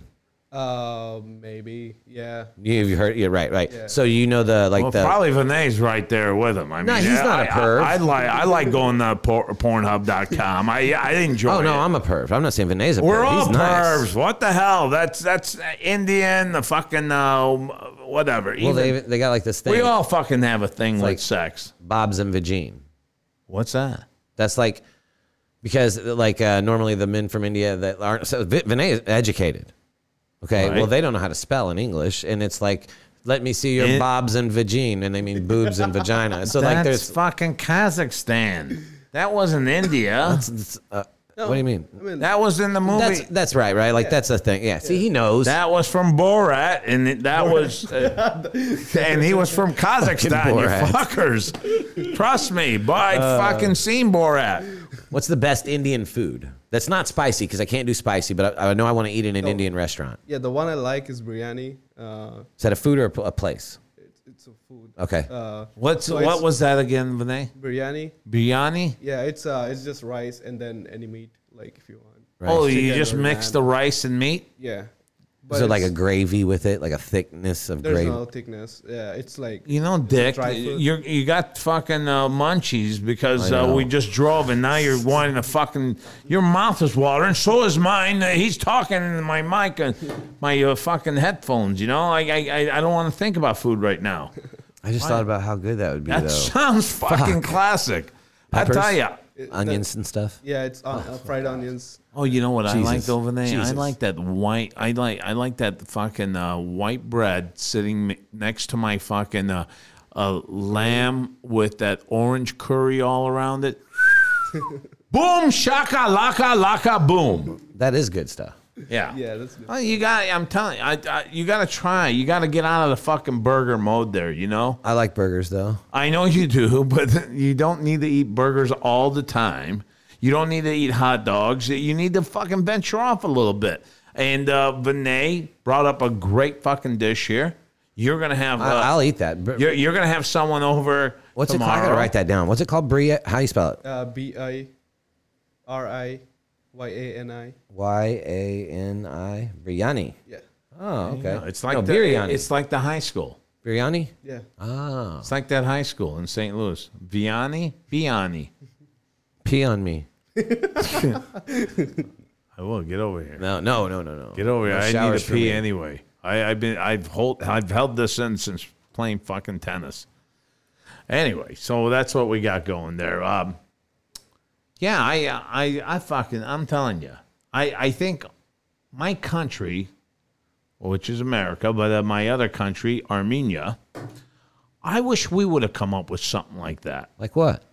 Uh, maybe. Yeah.
You've heard, yeah, right, right.
Yeah.
So you know the like
well,
the
probably Vinay's right there with him. I mean,
No, he's
yeah,
not
I-
a perv.
I, I like I like going to por- Pornhub.com. I I enjoy.
oh no,
it.
I'm a perv. I'm not saying Vinay's a
We're
perv.
all
He's nice.
pervs. What the hell? That's that's Indian. The fucking uh, whatever.
Well,
Even-
they they got like this thing.
We all fucking have a thing with
like-
sex.
Bob's and Vagine.
What's that?
That's like because like uh, normally the men from India that aren't so Vi- Vinay is educated. Okay,
Right.
well they don't know how to spell in English, and it's like. Let me see your
It-
bobs and vagine, and they mean boobs and vagina. So like,
That's
there's
fucking Kazakhstan. That wasn't India.
That's- uh, what do you mean?
that was in the
Oh,
movie.
That's that's right, right? Like that's the thing. Yeah. See, he knows.
that was from Borat, and it- that was, uh, and he was from Kazakhstan. You
Borat.
fuckers, trust me. But I fucking seen Borat.
What's the best Indian food? That's not spicy because I can't do spicy, but I, I know I want to eat in an
No.
Indian restaurant.
Yeah. The one I like is biryani. Uh,
Is that a food or a, pl- a place?
it's, it's a food.
Okay.
Uh,
What's
so
what
it's
was that again, Vinay?
biryani?
Biryani.
Yeah. It's uh, it's just rice and then any meat, like if you want.
Oh, you
Chicken
just
or
mix
lamb.
the rice and meat.
Yeah.
Is there like a
it's-
gravy with it, like a thickness of
There's
gravy?
no thickness. Yeah. It's like.
You know,
it's a
Dick,
dry food.
you you got fucking uh, munchies because
I
uh, we
know.
just drove, and now you're wanting to fucking. Your mouth is watering, so is mine. Uh, He's talking in my mic and my uh, fucking headphones. You know, I I I- I don't want to think about food right now.
I just thought about how good that would be,
That
though.
sounds fucking
Fuck.
classic.
Peppers?
I tell ya.
Onions and stuff.
Yeah. It's on, uh, fried onions.
Oh, you know what
Jesus.
I liked over there?
Jesus.
I like that white. I like I like that fucking uh, white bread sitting m- next to my fucking uh, uh, lamb with that orange curry all around it. boom shaka laka laka boom.
That is good stuff.
Yeah.
Yeah. That's good.
Oh, you got. I'm telling you, I, I, you got to try. You got to get out of the fucking burger mode there. You know.
I like burgers, though.
I know you do, but you don't need to eat burgers all the time. You don't need to eat hot dogs. You need to fucking venture off a little bit. And uh, Vinay brought up a great fucking dish here. You're gonna have. Uh,
I, I'll eat that. Br-
You're, you're gonna have someone over.
What's it called? I
tomorrow.
gotta write that down. What's it called? Brie? How you spell it?
Uh, B I R I Y A N I.
Y a n i biryani.
Yeah.
Oh, okay.
No, it's like
No,
the,
biryani.
It's like the high school.
biryani.
Yeah.
Ah,
It's like that high school in St. Louis. Viani, Viani.
pee on me.
I will get over here.
No, no, no, no, no.
Get over here.
No
I need
showers
to
for
pee
me.
anyway. I, I've been I've hold I've held this in since playing fucking tennis. Anyway, so that's what we got going there. Um, yeah, I uh, I I fucking I'm telling you, I I think my country, which is America, but uh, my other country, Armenia. I wish we would have come up with something like that
Like what?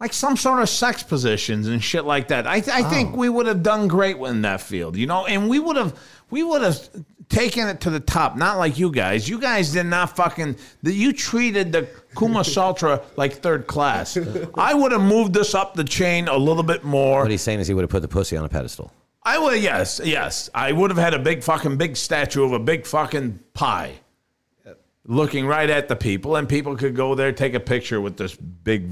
like some sort of sex positions and shit like that. I, I
Oh.
think we would have done great in that field, you know, and we would have we would have taken it to the top. Not like you guys. You guys did not fucking. The, you treated the Kuma Saltra like third class. I would have moved this up the chain a little bit more.
What he's saying is he would have put the pussy on a pedestal.
I would yes yes. I would have had a big fucking big statue of a big fucking pie. Looking right at the people, and people could go there, take a picture with this big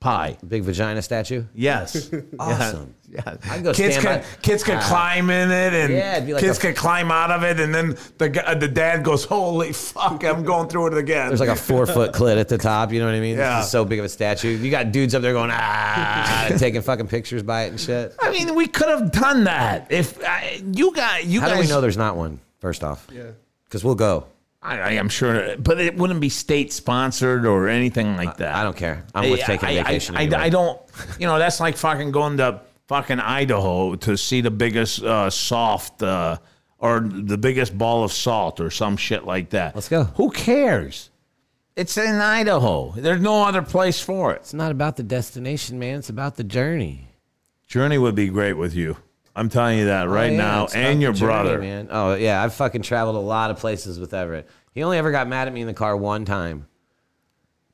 pie.
Big vagina statue?
Yes.
awesome.
Yeah.
I can go
kids
stand
could
by-
kids could
Ah.
climb in it, and
Yeah, it'd be like
kids
a-
could climb out of it, and then the gu- uh, the dad goes, "Holy fuck, I'm going through it again."
There's like a four foot clit at the top. You know what I mean?
Yeah.
It's so big of a statue. You got dudes up there going, ah, and taking fucking pictures by it and shit.
I mean, we could have done that if I, you got you
How
guys.
do we know there's not one, first off?
Yeah.
Because we'll go.
I, I am sure, but it wouldn't be state sponsored or anything like that.
I don't care. I'm with
I-
taking
I- I-
vacation.
I,
anyway.
I don't. You know, that's like fucking going to fucking Idaho to see the biggest uh, soft uh, or the biggest ball of salt or some shit like that. Let's
go.
Who cares? It's in Idaho. There's no other place for it.
It's not about the destination, man. It's about the journey.
Journey would be great with you. I'm telling you that right
Oh, yeah,
now,
it's about
and your
the journey,
brother.
man. Oh yeah, I've fucking traveled a lot of places with Everett. He only ever got mad at me in the car one time.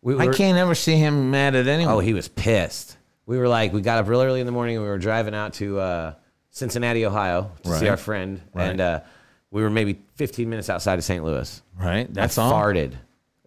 We
I
were-
can't ever see him mad at anyone.
Oh, he was pissed. We were like, we got up real early in the morning and we were driving out to uh, Cincinnati, Ohio, to see
Right.
our friend,
Right.
and uh, we were maybe 15 minutes outside of St. Louis.
Right, that's
I
all.
farted,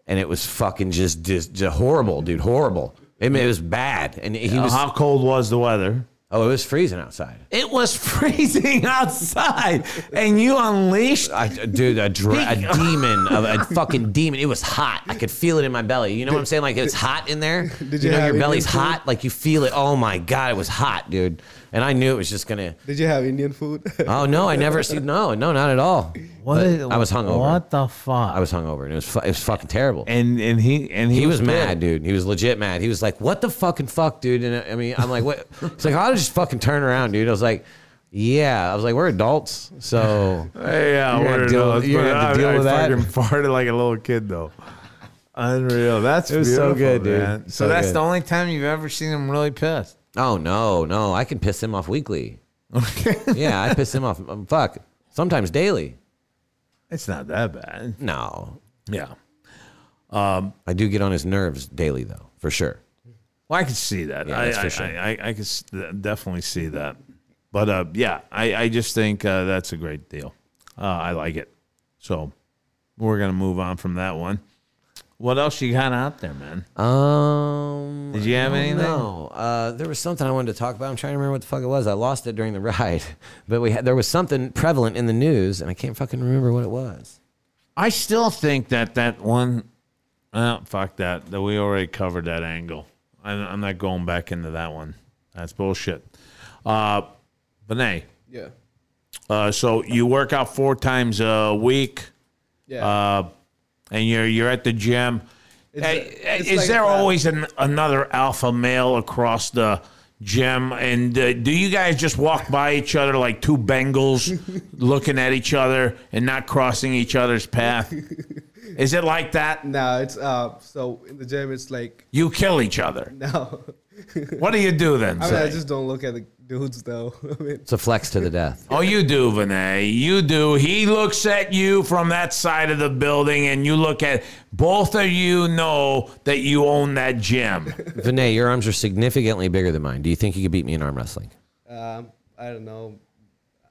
and it was fucking just just, just horrible, dude, horrible. I mean, it was bad, and he was.
How cold was the weather?
Oh, it was freezing outside.
It was freezing outside, and you unleashed.
I, dude, a, dra- a demon, of a fucking demon. It was hot. I could feel it in my belly. You know what I'm saying? Like it's hot in there.
Did
you
you
know
have
your belly's
Indian food?
hot? Like you feel it. Oh my god, it was hot, dude. And I knew it was just gonna.
Did you have Indian food?
Oh no, I never see. No, no, not at all. What?
is-
I was hungover.
what the fuck?
I was hungover, and it was fu- it was fucking terrible.
and and he and he,
He was
pissed.
mad, dude. He was legit mad. He was like, "What the fucking fuck, dude?" And uh, I I mean, I'm like, "What?" He's like, "I'll just fucking turn around, dude." I was like, "Yeah." I was like, "We're adults, so
Yeah,
You're gonna
we're
deal-
adults,
you're gonna
but
have to
I-
deal with that.
I fucking farted like a little kid, though. Unreal. That's
It was so
beautiful,
good, dude.
man. So,
So
that's
good.
the only time you've ever seen him really pissed.
Oh no, no, I can piss him off weekly. yeah, I piss him off. um, Fuck, sometimes daily.
It's not that bad.
No,
Yeah.
I do get on his nerves daily though, for sure.
Well, I could see that.
Yeah,
I,
that's for
I-
sure.
I, I, I could s- definitely see that. But uh, yeah, I, I just think uh, that's a great deal. Uh, I like it. So we're gonna move on from that one. What else you got out there, man?
Um,
Did you have anything?
No, uh, there was something I wanted to talk about. I'm trying to remember what the fuck it was. I lost it during the ride, but we had there was something prevalent in the news, and I can't fucking remember what it was.
I still think that that one, well, fuck that. That we already covered that angle. I'm, I'm not going back into that one. That's bullshit. Uh, Benay,
yeah.
uh, so you work out four times a week,
Yeah.
uh, and you're you're at the gym.
It's
Hey,
a- it's
is
like
there
a-
always an, another alpha male across the gym? And uh, do you guys just walk by each other like two Bengals looking at each other and not crossing each other's path? Is it like that?
no, it's uh. So in the gym, it's like
You kill each other.
no.
What do you do then?
I mean, I
Zay?
just don't look at the dudes though. I mean,
It's a flex to the death.
Oh, you do, Vinay. You do. He looks at you from that side of the building, and you look at both of you know that you own that gym.
Vinay, your arms are significantly bigger than mine. Do you think you could beat me in arm wrestling?
um, I don't know.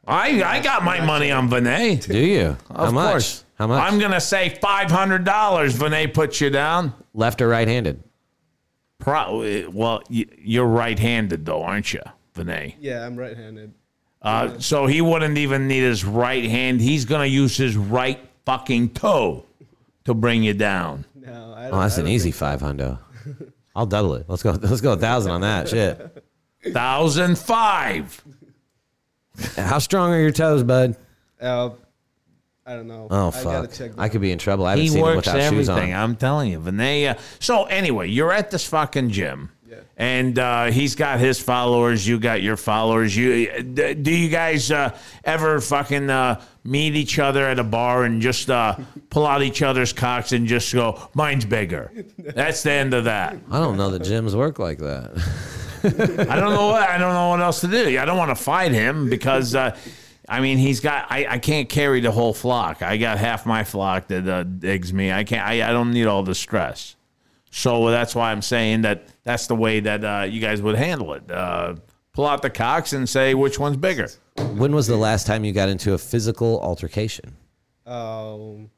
I, I got my money on Vinay.
Do you? How
Of
much?
course.
How much?
I'm going to say $500 Vinay puts you down.
Left or right-handed?
Pro- well, you- you're right handed, though, aren't you, Vinay?
Yeah, I'm right-handed.
Uh, so he wouldn't even need his right hand. He's going to use his right fucking toe to bring you down.
No, I don't.
Oh, that's
I
an
don't
easy
think-
five hundo. I'll double it. Let's go. Let's go a thousand on that shit.
1005.
How strong are your toes, bud?
Uh, I don't know.
Oh
I gotta
fuck!
check.
I could be in trouble. I haven't
He
seen him
works
without shoes
everything.
on.
I'm telling you, Vinaya. So anyway, you're at this fucking gym, and uh, he's got his followers. You got your followers. You uh, d- do you guys uh, ever fucking uh, meet each other at a bar and just uh, pull out each other's cocks and just go, "Mine's bigger." That's the end of that.
I don't know that gyms work like that.
I don't know what I don't know what else to do. I don't want to fight him because uh, I mean he's got I, I can't carry the whole flock. I got half my flock that uh, digs me. I can't I, I don't need all the stress. So that's why I'm saying that that's the way that uh, you guys would handle it. Uh, pull out the cocks and say which one's bigger.
when was the last time you got into a physical altercation?
Um,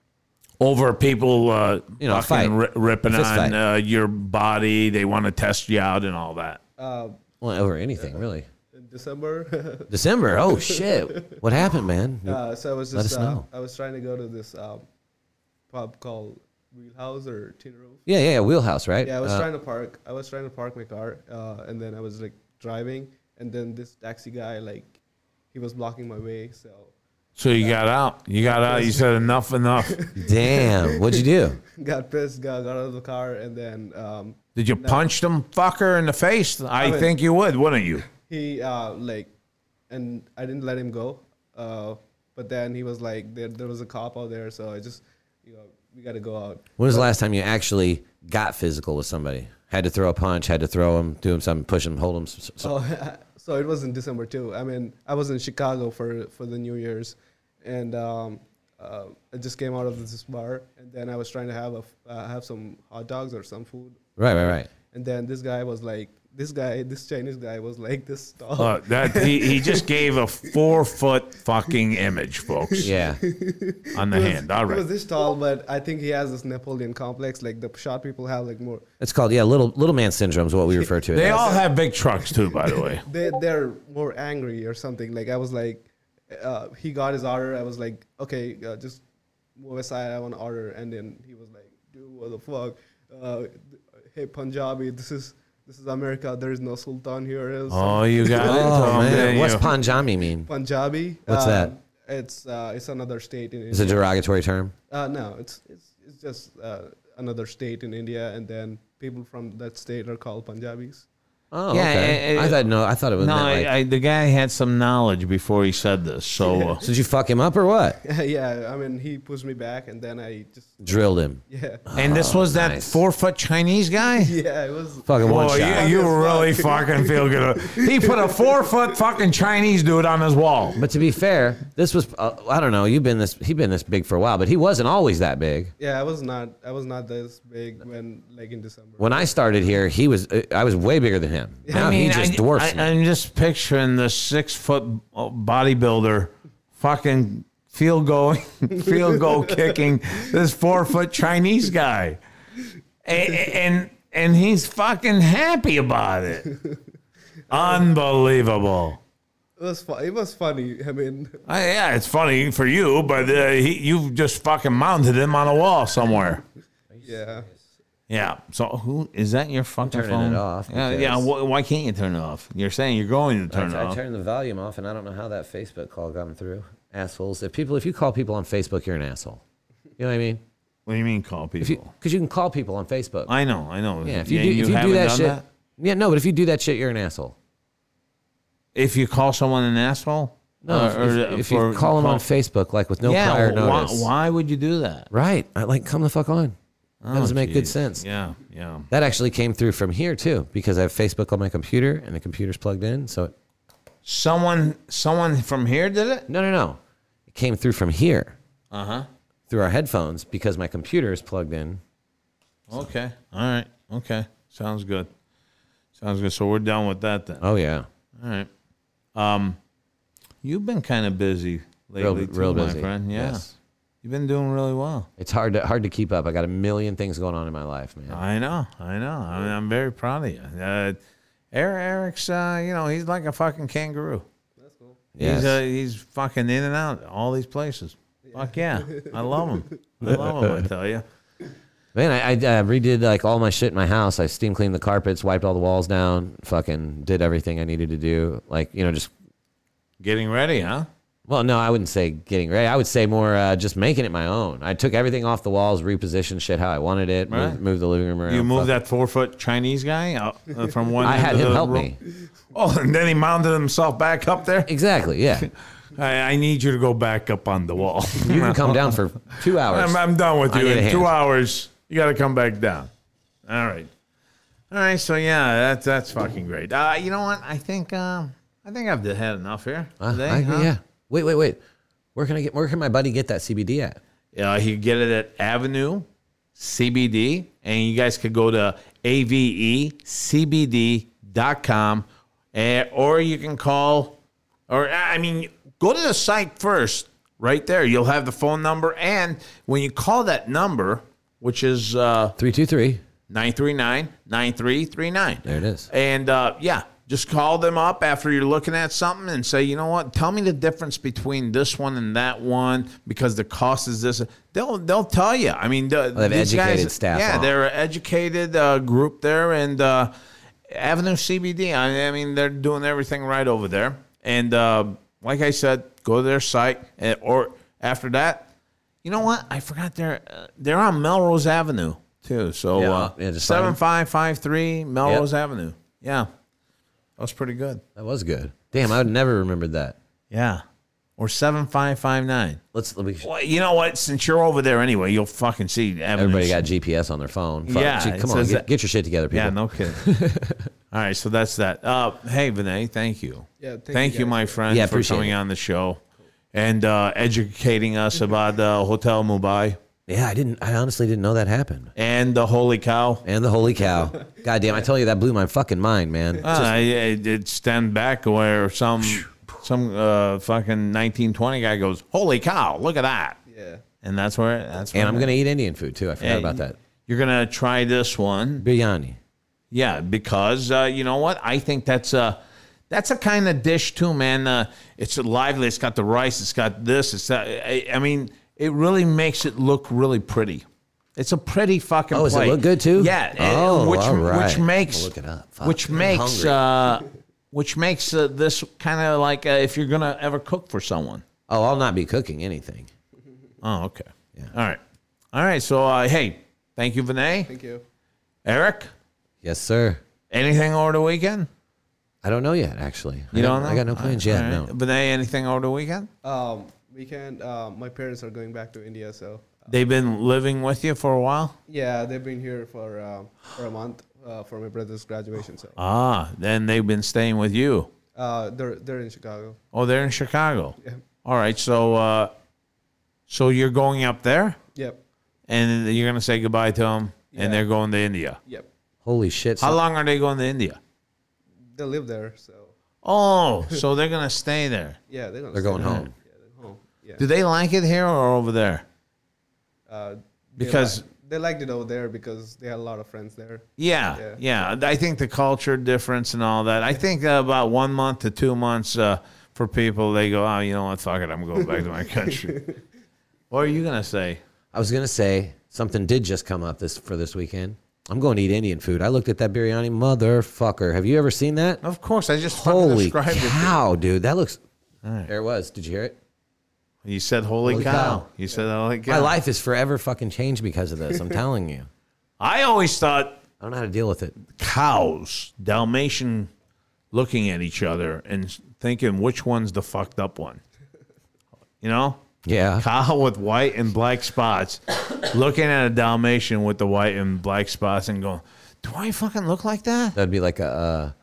over people, uh,
You know, a
fucking ri-
fight.
ripping
Fist
on
fight.
uh, your body. They want to test you out and all that.
Uh,
Well, over anything, really.
in December.
December. Oh shit! What happened, man?
Uh, so I was
Let
just
us
uh,
know.
I was trying to go to this um, pub called Wheelhouse or Tin Roof.
Yeah, yeah, yeah, Wheelhouse, right?
Yeah, I was
Uh,
trying to park. I was trying to park my car, uh, and then I was like driving, and then this taxi guy like he was blocking my way. So
So you got out. You got out. You said enough, enough.
Damn. What'd you do?
got pissed, got, got out of the car, and then um,
Did you punch them fucker in the face? I,
mean-
think you would, wouldn't you?
he uh, like, and I didn't let him go. Uh, but then he was like, there, there was a cop out there, so I just you know we got to go out.
When was the last time you actually got physical with somebody? Had to throw a punch, had to throw him, do him something, push him, hold him. s- s-
Oh.
So, so it was in December too. I mean, I was in Chicago for for the New Year's, and um, uh, I just came out of this bar, and then I was trying to have a f- uh, have some hot dogs or some food.
Right, right, right.
And then this guy was like, this guy, this Chinese guy was like this tall.
Uh, that he, he just gave a four foot fucking image, folks.
Yeah.
On the
He was-
hand. All
He was
right.
this tall, but I think he has this Napoleon complex. Like the short people have, like more.
It's called yeah, little little man syndrome is what we refer to it. Oh,
They
as.
all have big trucks too, by the way.
They they're more angry or something. Like I was like, uh, he got his order. I was like, okay, uh, just move aside. I want to order. And then he was like, dude, what the fuck? Uh, hey Punjabi, this is this is America. There is no sultan here. It's-
Oh, you got it.
Oh,
Tom,
man.
didn't
What's
you?
Punjabi mean?
Punjabi. Um,
What's that?
It's uh, it's another state in.
Is it a
India.
derogatory term?
Uh, no, it's it's it's just uh, another state in India, and then people from that state are called Punjabis.
Oh, okay. I thought no, I thought it was
No,
meant
I,
like-
I, the guy had some knowledge before he said this. So, uh,
So did you fuck him up or what?
yeah, I mean, he pushed me back, and then I just
Drilled him.
Yeah.
and this was that four foot Chinese guy.
Yeah, it was
Fucking one
Boy,
shot.
you, you really fucking feel good. He put a four foot fucking Chinese dude on his wall.
But to be fair, this was uh, I don't know. You've been this he been this big for a while, but he wasn't always that big.
Yeah, I was not I was not this big when like in December.
When I started here, he was uh, I was way bigger than him. Now he just dwarfs me.
I, am just picturing the six foot bodybuilder fucking field goal, field goal kicking this four foot Chinese guy. And, and, and he's fucking happy about it. Unbelievable.
It was fu- it was funny. I mean,
I, yeah, it's funny for you, but uh, he, you've just fucking mounted him on a wall somewhere.
yeah.
Yeah. So who is that? Your fucking
turning
phone?
it off
Yeah. yeah
because-
why, why can't you turn it off? You're saying you're going to turn it
I,
off.
I turned the volume off, and I don't know how that Facebook call got through. Assholes! If people, if you call people on Facebook, you're an asshole. You know what I mean?
what do you mean call
Because
people?
you, 'cause you can call people on Facebook.
I know. I know.
yeah, if you do, if you do
haven't
that
done
shit, yeah, no, but if you do that shit, you're an asshole.
if you call someone an asshole,
No, if- if, if you call them on Facebook, like with no
yeah,
prior
why,
notice,
why would you do that?
right? I, like, come the fuck on. That
Oh,
doesn't make good
geez.
sense.
Yeah, yeah.
That actually came through from here too, because I have Facebook on my computer, and the computer's plugged in, so it
Someone, someone from here did it.
No, no, no. It came through from here
Uh
Uh-huh.
huh.
through our headphones because my computer is plugged in.
Okay. All right. Okay. Sounds good. Sounds good. So we're done with that then.
Oh yeah.
All right. Um, you've been kind of busy
Real-
lately, too,
real
my
busy.
friend. Yeah.
Yes.
You've been doing really well.
It's hard to hard to keep up. I got a million things going on in my life, man.
I know, I know. I mean, I'm very proud of you. Uh, Eric, Eric's, uh, you know, he's like a fucking kangaroo. He's
Yes.
uh, he's fucking in and out all these places. Fuck yeah, I love him. I love him. I tell you.
man, I, I uh, redid like all my shit in my house. I steam cleaned the carpets, wiped all the walls down, fucking did everything I needed to do. Like you know, just
Getting ready, huh?
well, no, I wouldn't say getting ready. I would say more uh, just making it my own. I took everything off the walls, repositioned shit how I wanted it,
Right.
moved, moved the living room around.
You moved
fuck-
that four foot Chinese guy out uh, from one.
I
end
had
of
him
the
help
room.
me.
Oh, and then he mounted himself back up there.
Exactly. Yeah.
I, I need you to go back up on the wall.
You can come down for two hours.
I'm, I'm done with
I
you.
need a
In
hand.
two hours, you got to come back down. All right. All right. So yeah, that's that's fucking great. Uh, you know what? I think um, I think I've had enough here.
Uh,
today,
I-
huh?
Yeah. Wait, wait, wait. Where can I get? Where can my buddy get that CBD at?
Yeah, you get it at Avenue CBD, and you guys could go to E avecbd.com, eh, or you can call, or I mean, go to the site first. right there. You'll have the phone number. And when you call that number, which is uh,
323
939 9339.
There it is.
And uh, yeah, just call them up after you're looking at something and say, you know what? Tell me the difference between this one and that one because the cost is this. They'll they'll tell you. I mean, the,
They've
these guys-
educated staff
Yeah,
on it.
they're an educated uh, group there, and uh, Avenue CBD. I, I mean, they're doing everything right over there. And uh, like I said, go to their site, and, or after that, you know what? I forgot they're uh, they're on Melrose Avenue too. So
Yeah,
uh,
yeah, just find 'em.
seven five five three Melrose
Yep.
Avenue. Yeah, that was pretty good.
That was good. Damn, I would never remembered that.
Yeah. Or seven five five nine.
Let's let me.
Well, you know what? Since you're over there anyway, you'll fucking see. Avenues.
Everybody got GPS on their phone. Fuck,
Yeah,
gee,
it
come on,
says
get,
that-
get your shit together, people.
Yeah, no kidding. All right, so that's that. Uh, hey, Vinay, thank you.
Yeah, thank you
you,
guys.
my friend,
Yeah,
for
appreciate
coming
it.
on the show and uh, educating us about uh, Hotel Mumbai
Yeah, I didn't. I honestly didn't know that happened.
and the Holy Cow.
And the holy cow, goddamn! I told you that blew my fucking mind, man.
Uh, I- it, it stand back where some some uh, fucking 1920 guy goes, "Holy cow, look at that!"
Yeah.
And that's where that's.
and
where-
I'm gonna eat Indian food too. I forgot
Yeah,
about that.
You're gonna try this one.
Biryani.
Yeah, because uh, you know what? I think that's a that's a kind of dish too, man. Uh, it's lively. It's got the rice. It's got this. It's that. I, I mean, it really makes it look really pretty. It's a pretty fucking.
Oh, does it
plate.
look good, too?
Yeah. and-
Oh,
which,
all right.
Which makes
I'll look it up. Fuck,
which
I'm
makes
hungry.
uh, which makes uh, this kind of like uh, if you're gonna ever cook for someone.
Oh, I'll not be cooking anything.
Oh, okay. Yeah. All right. All right. So uh, hey, thank you, Vinay.
Thank you.
Eric.
Yes, sir.
Anything over the weekend?
I don't know yet. Actually,
You
I
don't
got-
know?
I got no plans yet.
All right.
No.
Vinay, anything over the weekend?
Um, weekend. Um, my parents are going back to India, so
They've been living with you for a while?
yeah, they've been here for um, for a month uh, for my brother's graduation. So
Ah, then they've been staying with you.
uh, they're they're in Chicago.
Oh, they're in Chicago.
Yeah.
All right, so uh, so you're going up there
Yep.
and you're going to say goodbye to them and they're going to India.
Yep.
Holy shit!
How
so-
long are they going to India?
They live there, so
Oh, so they're going to stay there.
yeah, they're, gonna
They're
stay
going
there.
home.
Yeah, they're home. Yeah.
Do they like it here or over there?
Uh, they
Because-
like- they liked it over there because they had a lot of friends there.
Yeah, yeah. I think the culture difference and all that. I think uh, about one month to two months uh, for people, they go, oh, you know what? Fuck it. I'm going back to my country. what are you going to say?
I was gonna say something did just come up this for this weekend. I'm going to eat Indian food. I looked at that biryani, motherfucker. Have you ever seen that?
Of course. I just fucking
Holy
described it. to you.
cow, dude! That looks.
All right.
There it was. Did you hear it?
You said, holy,
Holy
cow.
cow.
You said, holy cow.
My life is forever fucking changed because of this. I'm telling you.
I always thought
I don't know how to deal with it.
cows, Dalmatian looking at each other and thinking which one's the fucked up one. You know?
Yeah.
Cow with white and black spots, looking at a Dalmatian with the white and black spots and going, do I fucking look like that?
That'd be like a,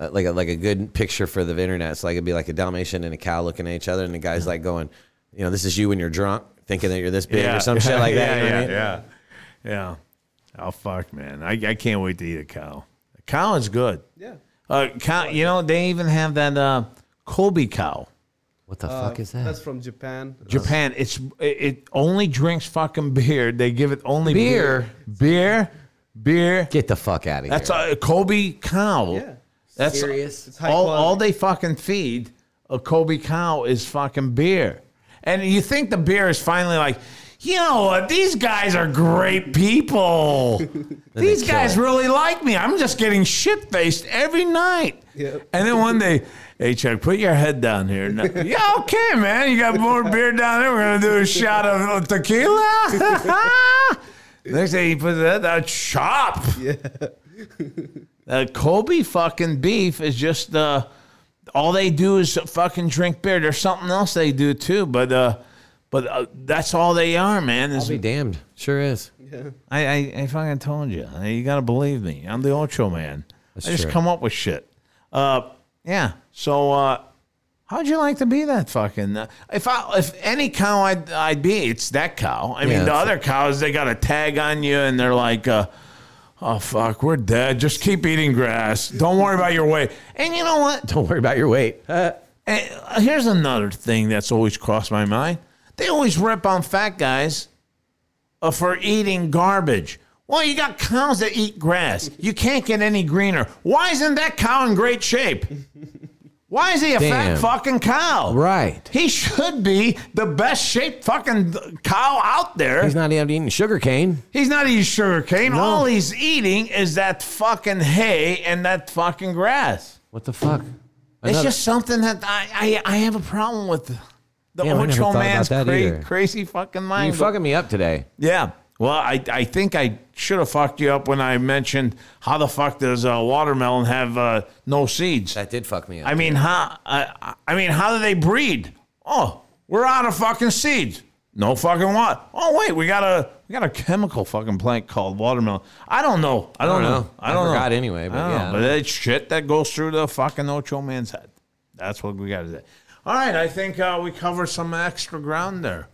uh, uh, like a like a good picture for the internet. So like it'd be like a Dalmatian and a cow looking at each other, and the guy's like going, you know, this is you when you're drunk, thinking that you're this big or some shit like that.
Yeah,
you know what I
yeah,
mean?
yeah, yeah. Oh fuck, man! I, I can't wait to eat a cow. A cow is good.
Yeah.
Uh, cow, you know they even have that uh, Kobe cow.
What the
Uh,
fuck is that?
That's from Japan.
Japan, it's it, it only drinks fucking beer. They give it only beer, beer,
Beer?
beer.
Get the fuck out of
That's
here.
a Kobe cow.
Yeah.
That's
Serious? It's
high
all,
quality.
all they fucking feed a Kobe cow is fucking beer. And you think the beer is finally like, you know what? These guys are great people. These
kill
guys
it.
really like me. I'm just getting shit faced every night.
Yep.
And then one day, hey, Chuck, put your head down here. No- yeah, okay, man. You got more beer down there. We're going to do a shot of tequila. Next day, he puts that down. Chop. Uh, Kobe fucking beef is just uh, all they do is fucking drink beer. There's something else they do too, but uh, but uh, that's all they are, man.
I'll
Is,
be damned. Sure is.
I, I I fucking told you. Uh, You gotta believe me. I'm the Ocho man. I just
true.
come up with shit. Uh, yeah. So uh, how'd you like to be that fucking? Uh, if I if any cow I'd I'd be, it's that cow. I
Yeah,
mean, the
it's-
other cows they got a tag on you and they're like. Uh, Oh fuck, we're dead. Just keep eating grass. Don't worry about your weight. And you know what? uh,
Don't worry about your weight.
And here's another thing that's always crossed my mind. They always rip on fat guys uh, for eating garbage. Well, you got cows that eat grass. You can't get any greener. Why isn't that cow in great shape? Why is he a
Damn.
fat fucking cow?
Right.
He should be the best shaped fucking cow out there.
He's not even eating sugar cane.
He's not eating sugar cane. All he's eating is that fucking hay and that fucking grass.
What the fuck?
It's
Another-
just something that I, I, I have a problem with. The
Damn, I never
Ocho
thought about
Man's
that
cra-
either.
crazy fucking mind.
You fucking me up today.
Yeah. Well, I, I think I should have fucked you up when I mentioned how the fuck does a watermelon have uh, no seeds?
That did fuck me up.
I mean, how? I, I mean, how do they breed? Oh, we're out of fucking seeds. No fucking what? Oh wait, we got a we got a chemical fucking plant called watermelon. I don't know. I don't, know. I don't
forgot
know.
anyway, but
I don't
yeah.
Know. But that shit that goes through the fucking Ocho Man's head. That's what we got to do. All right, I think uh, we covered some extra ground there.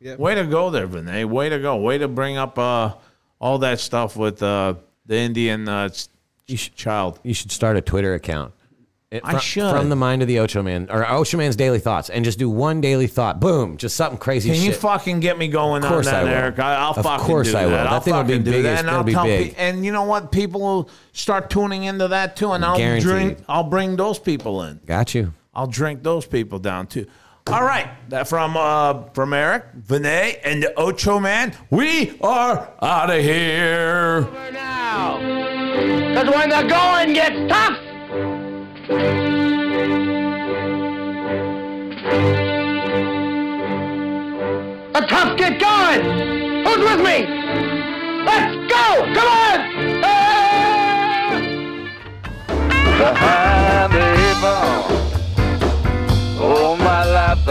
Yeah.
Way to go there, Vinay. Way to go. Way to bring up uh, all that stuff with uh, the Indian uh, s- child.
You should start a Twitter account. It-
I
from,
should.
From the mind of the Ocho Man, or Ocho Man's daily thoughts, and just do one daily thought. Boom. Just something crazy
Can
shit.
you fucking get me going
Of
on
course
that,
I will.
Eric? I, I'll
Of
fucking
course
do
I will.
that.
That
I'll
thing will be
fucking do
big
that,
as-
and
it'll
I'll
be
tell
big.
pe- and you know what? People will start tuning into that too, and I'll drink.
Guaranteed.
I'll bring those people in.
Got you.
I'll drink those people down too. All right, that from uh, from Eric, Vinay, and the Ocho Man. We are out of here.
Because when the going gets tough, the tough get going. Who's with me? Let's go! Come on! Ah!
Behind the eight ball.
All my life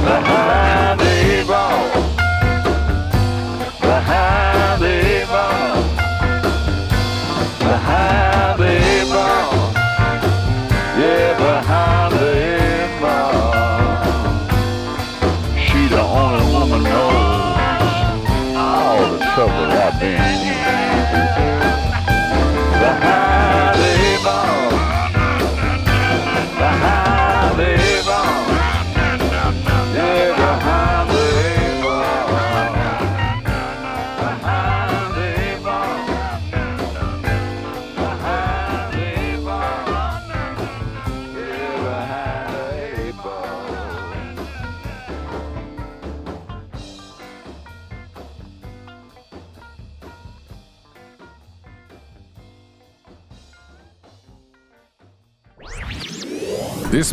Behind the eight ball. Behind the eight ball. Behind the eight ball. Yeah, behind the eight ball. She the only woman knows all the trouble I've been in. Behind the eight ball. Behind the eight ball. Yeah, behind the eight ball. Behind the eight ball. Behind the eight ball. Yeah, behind the eight ball.
This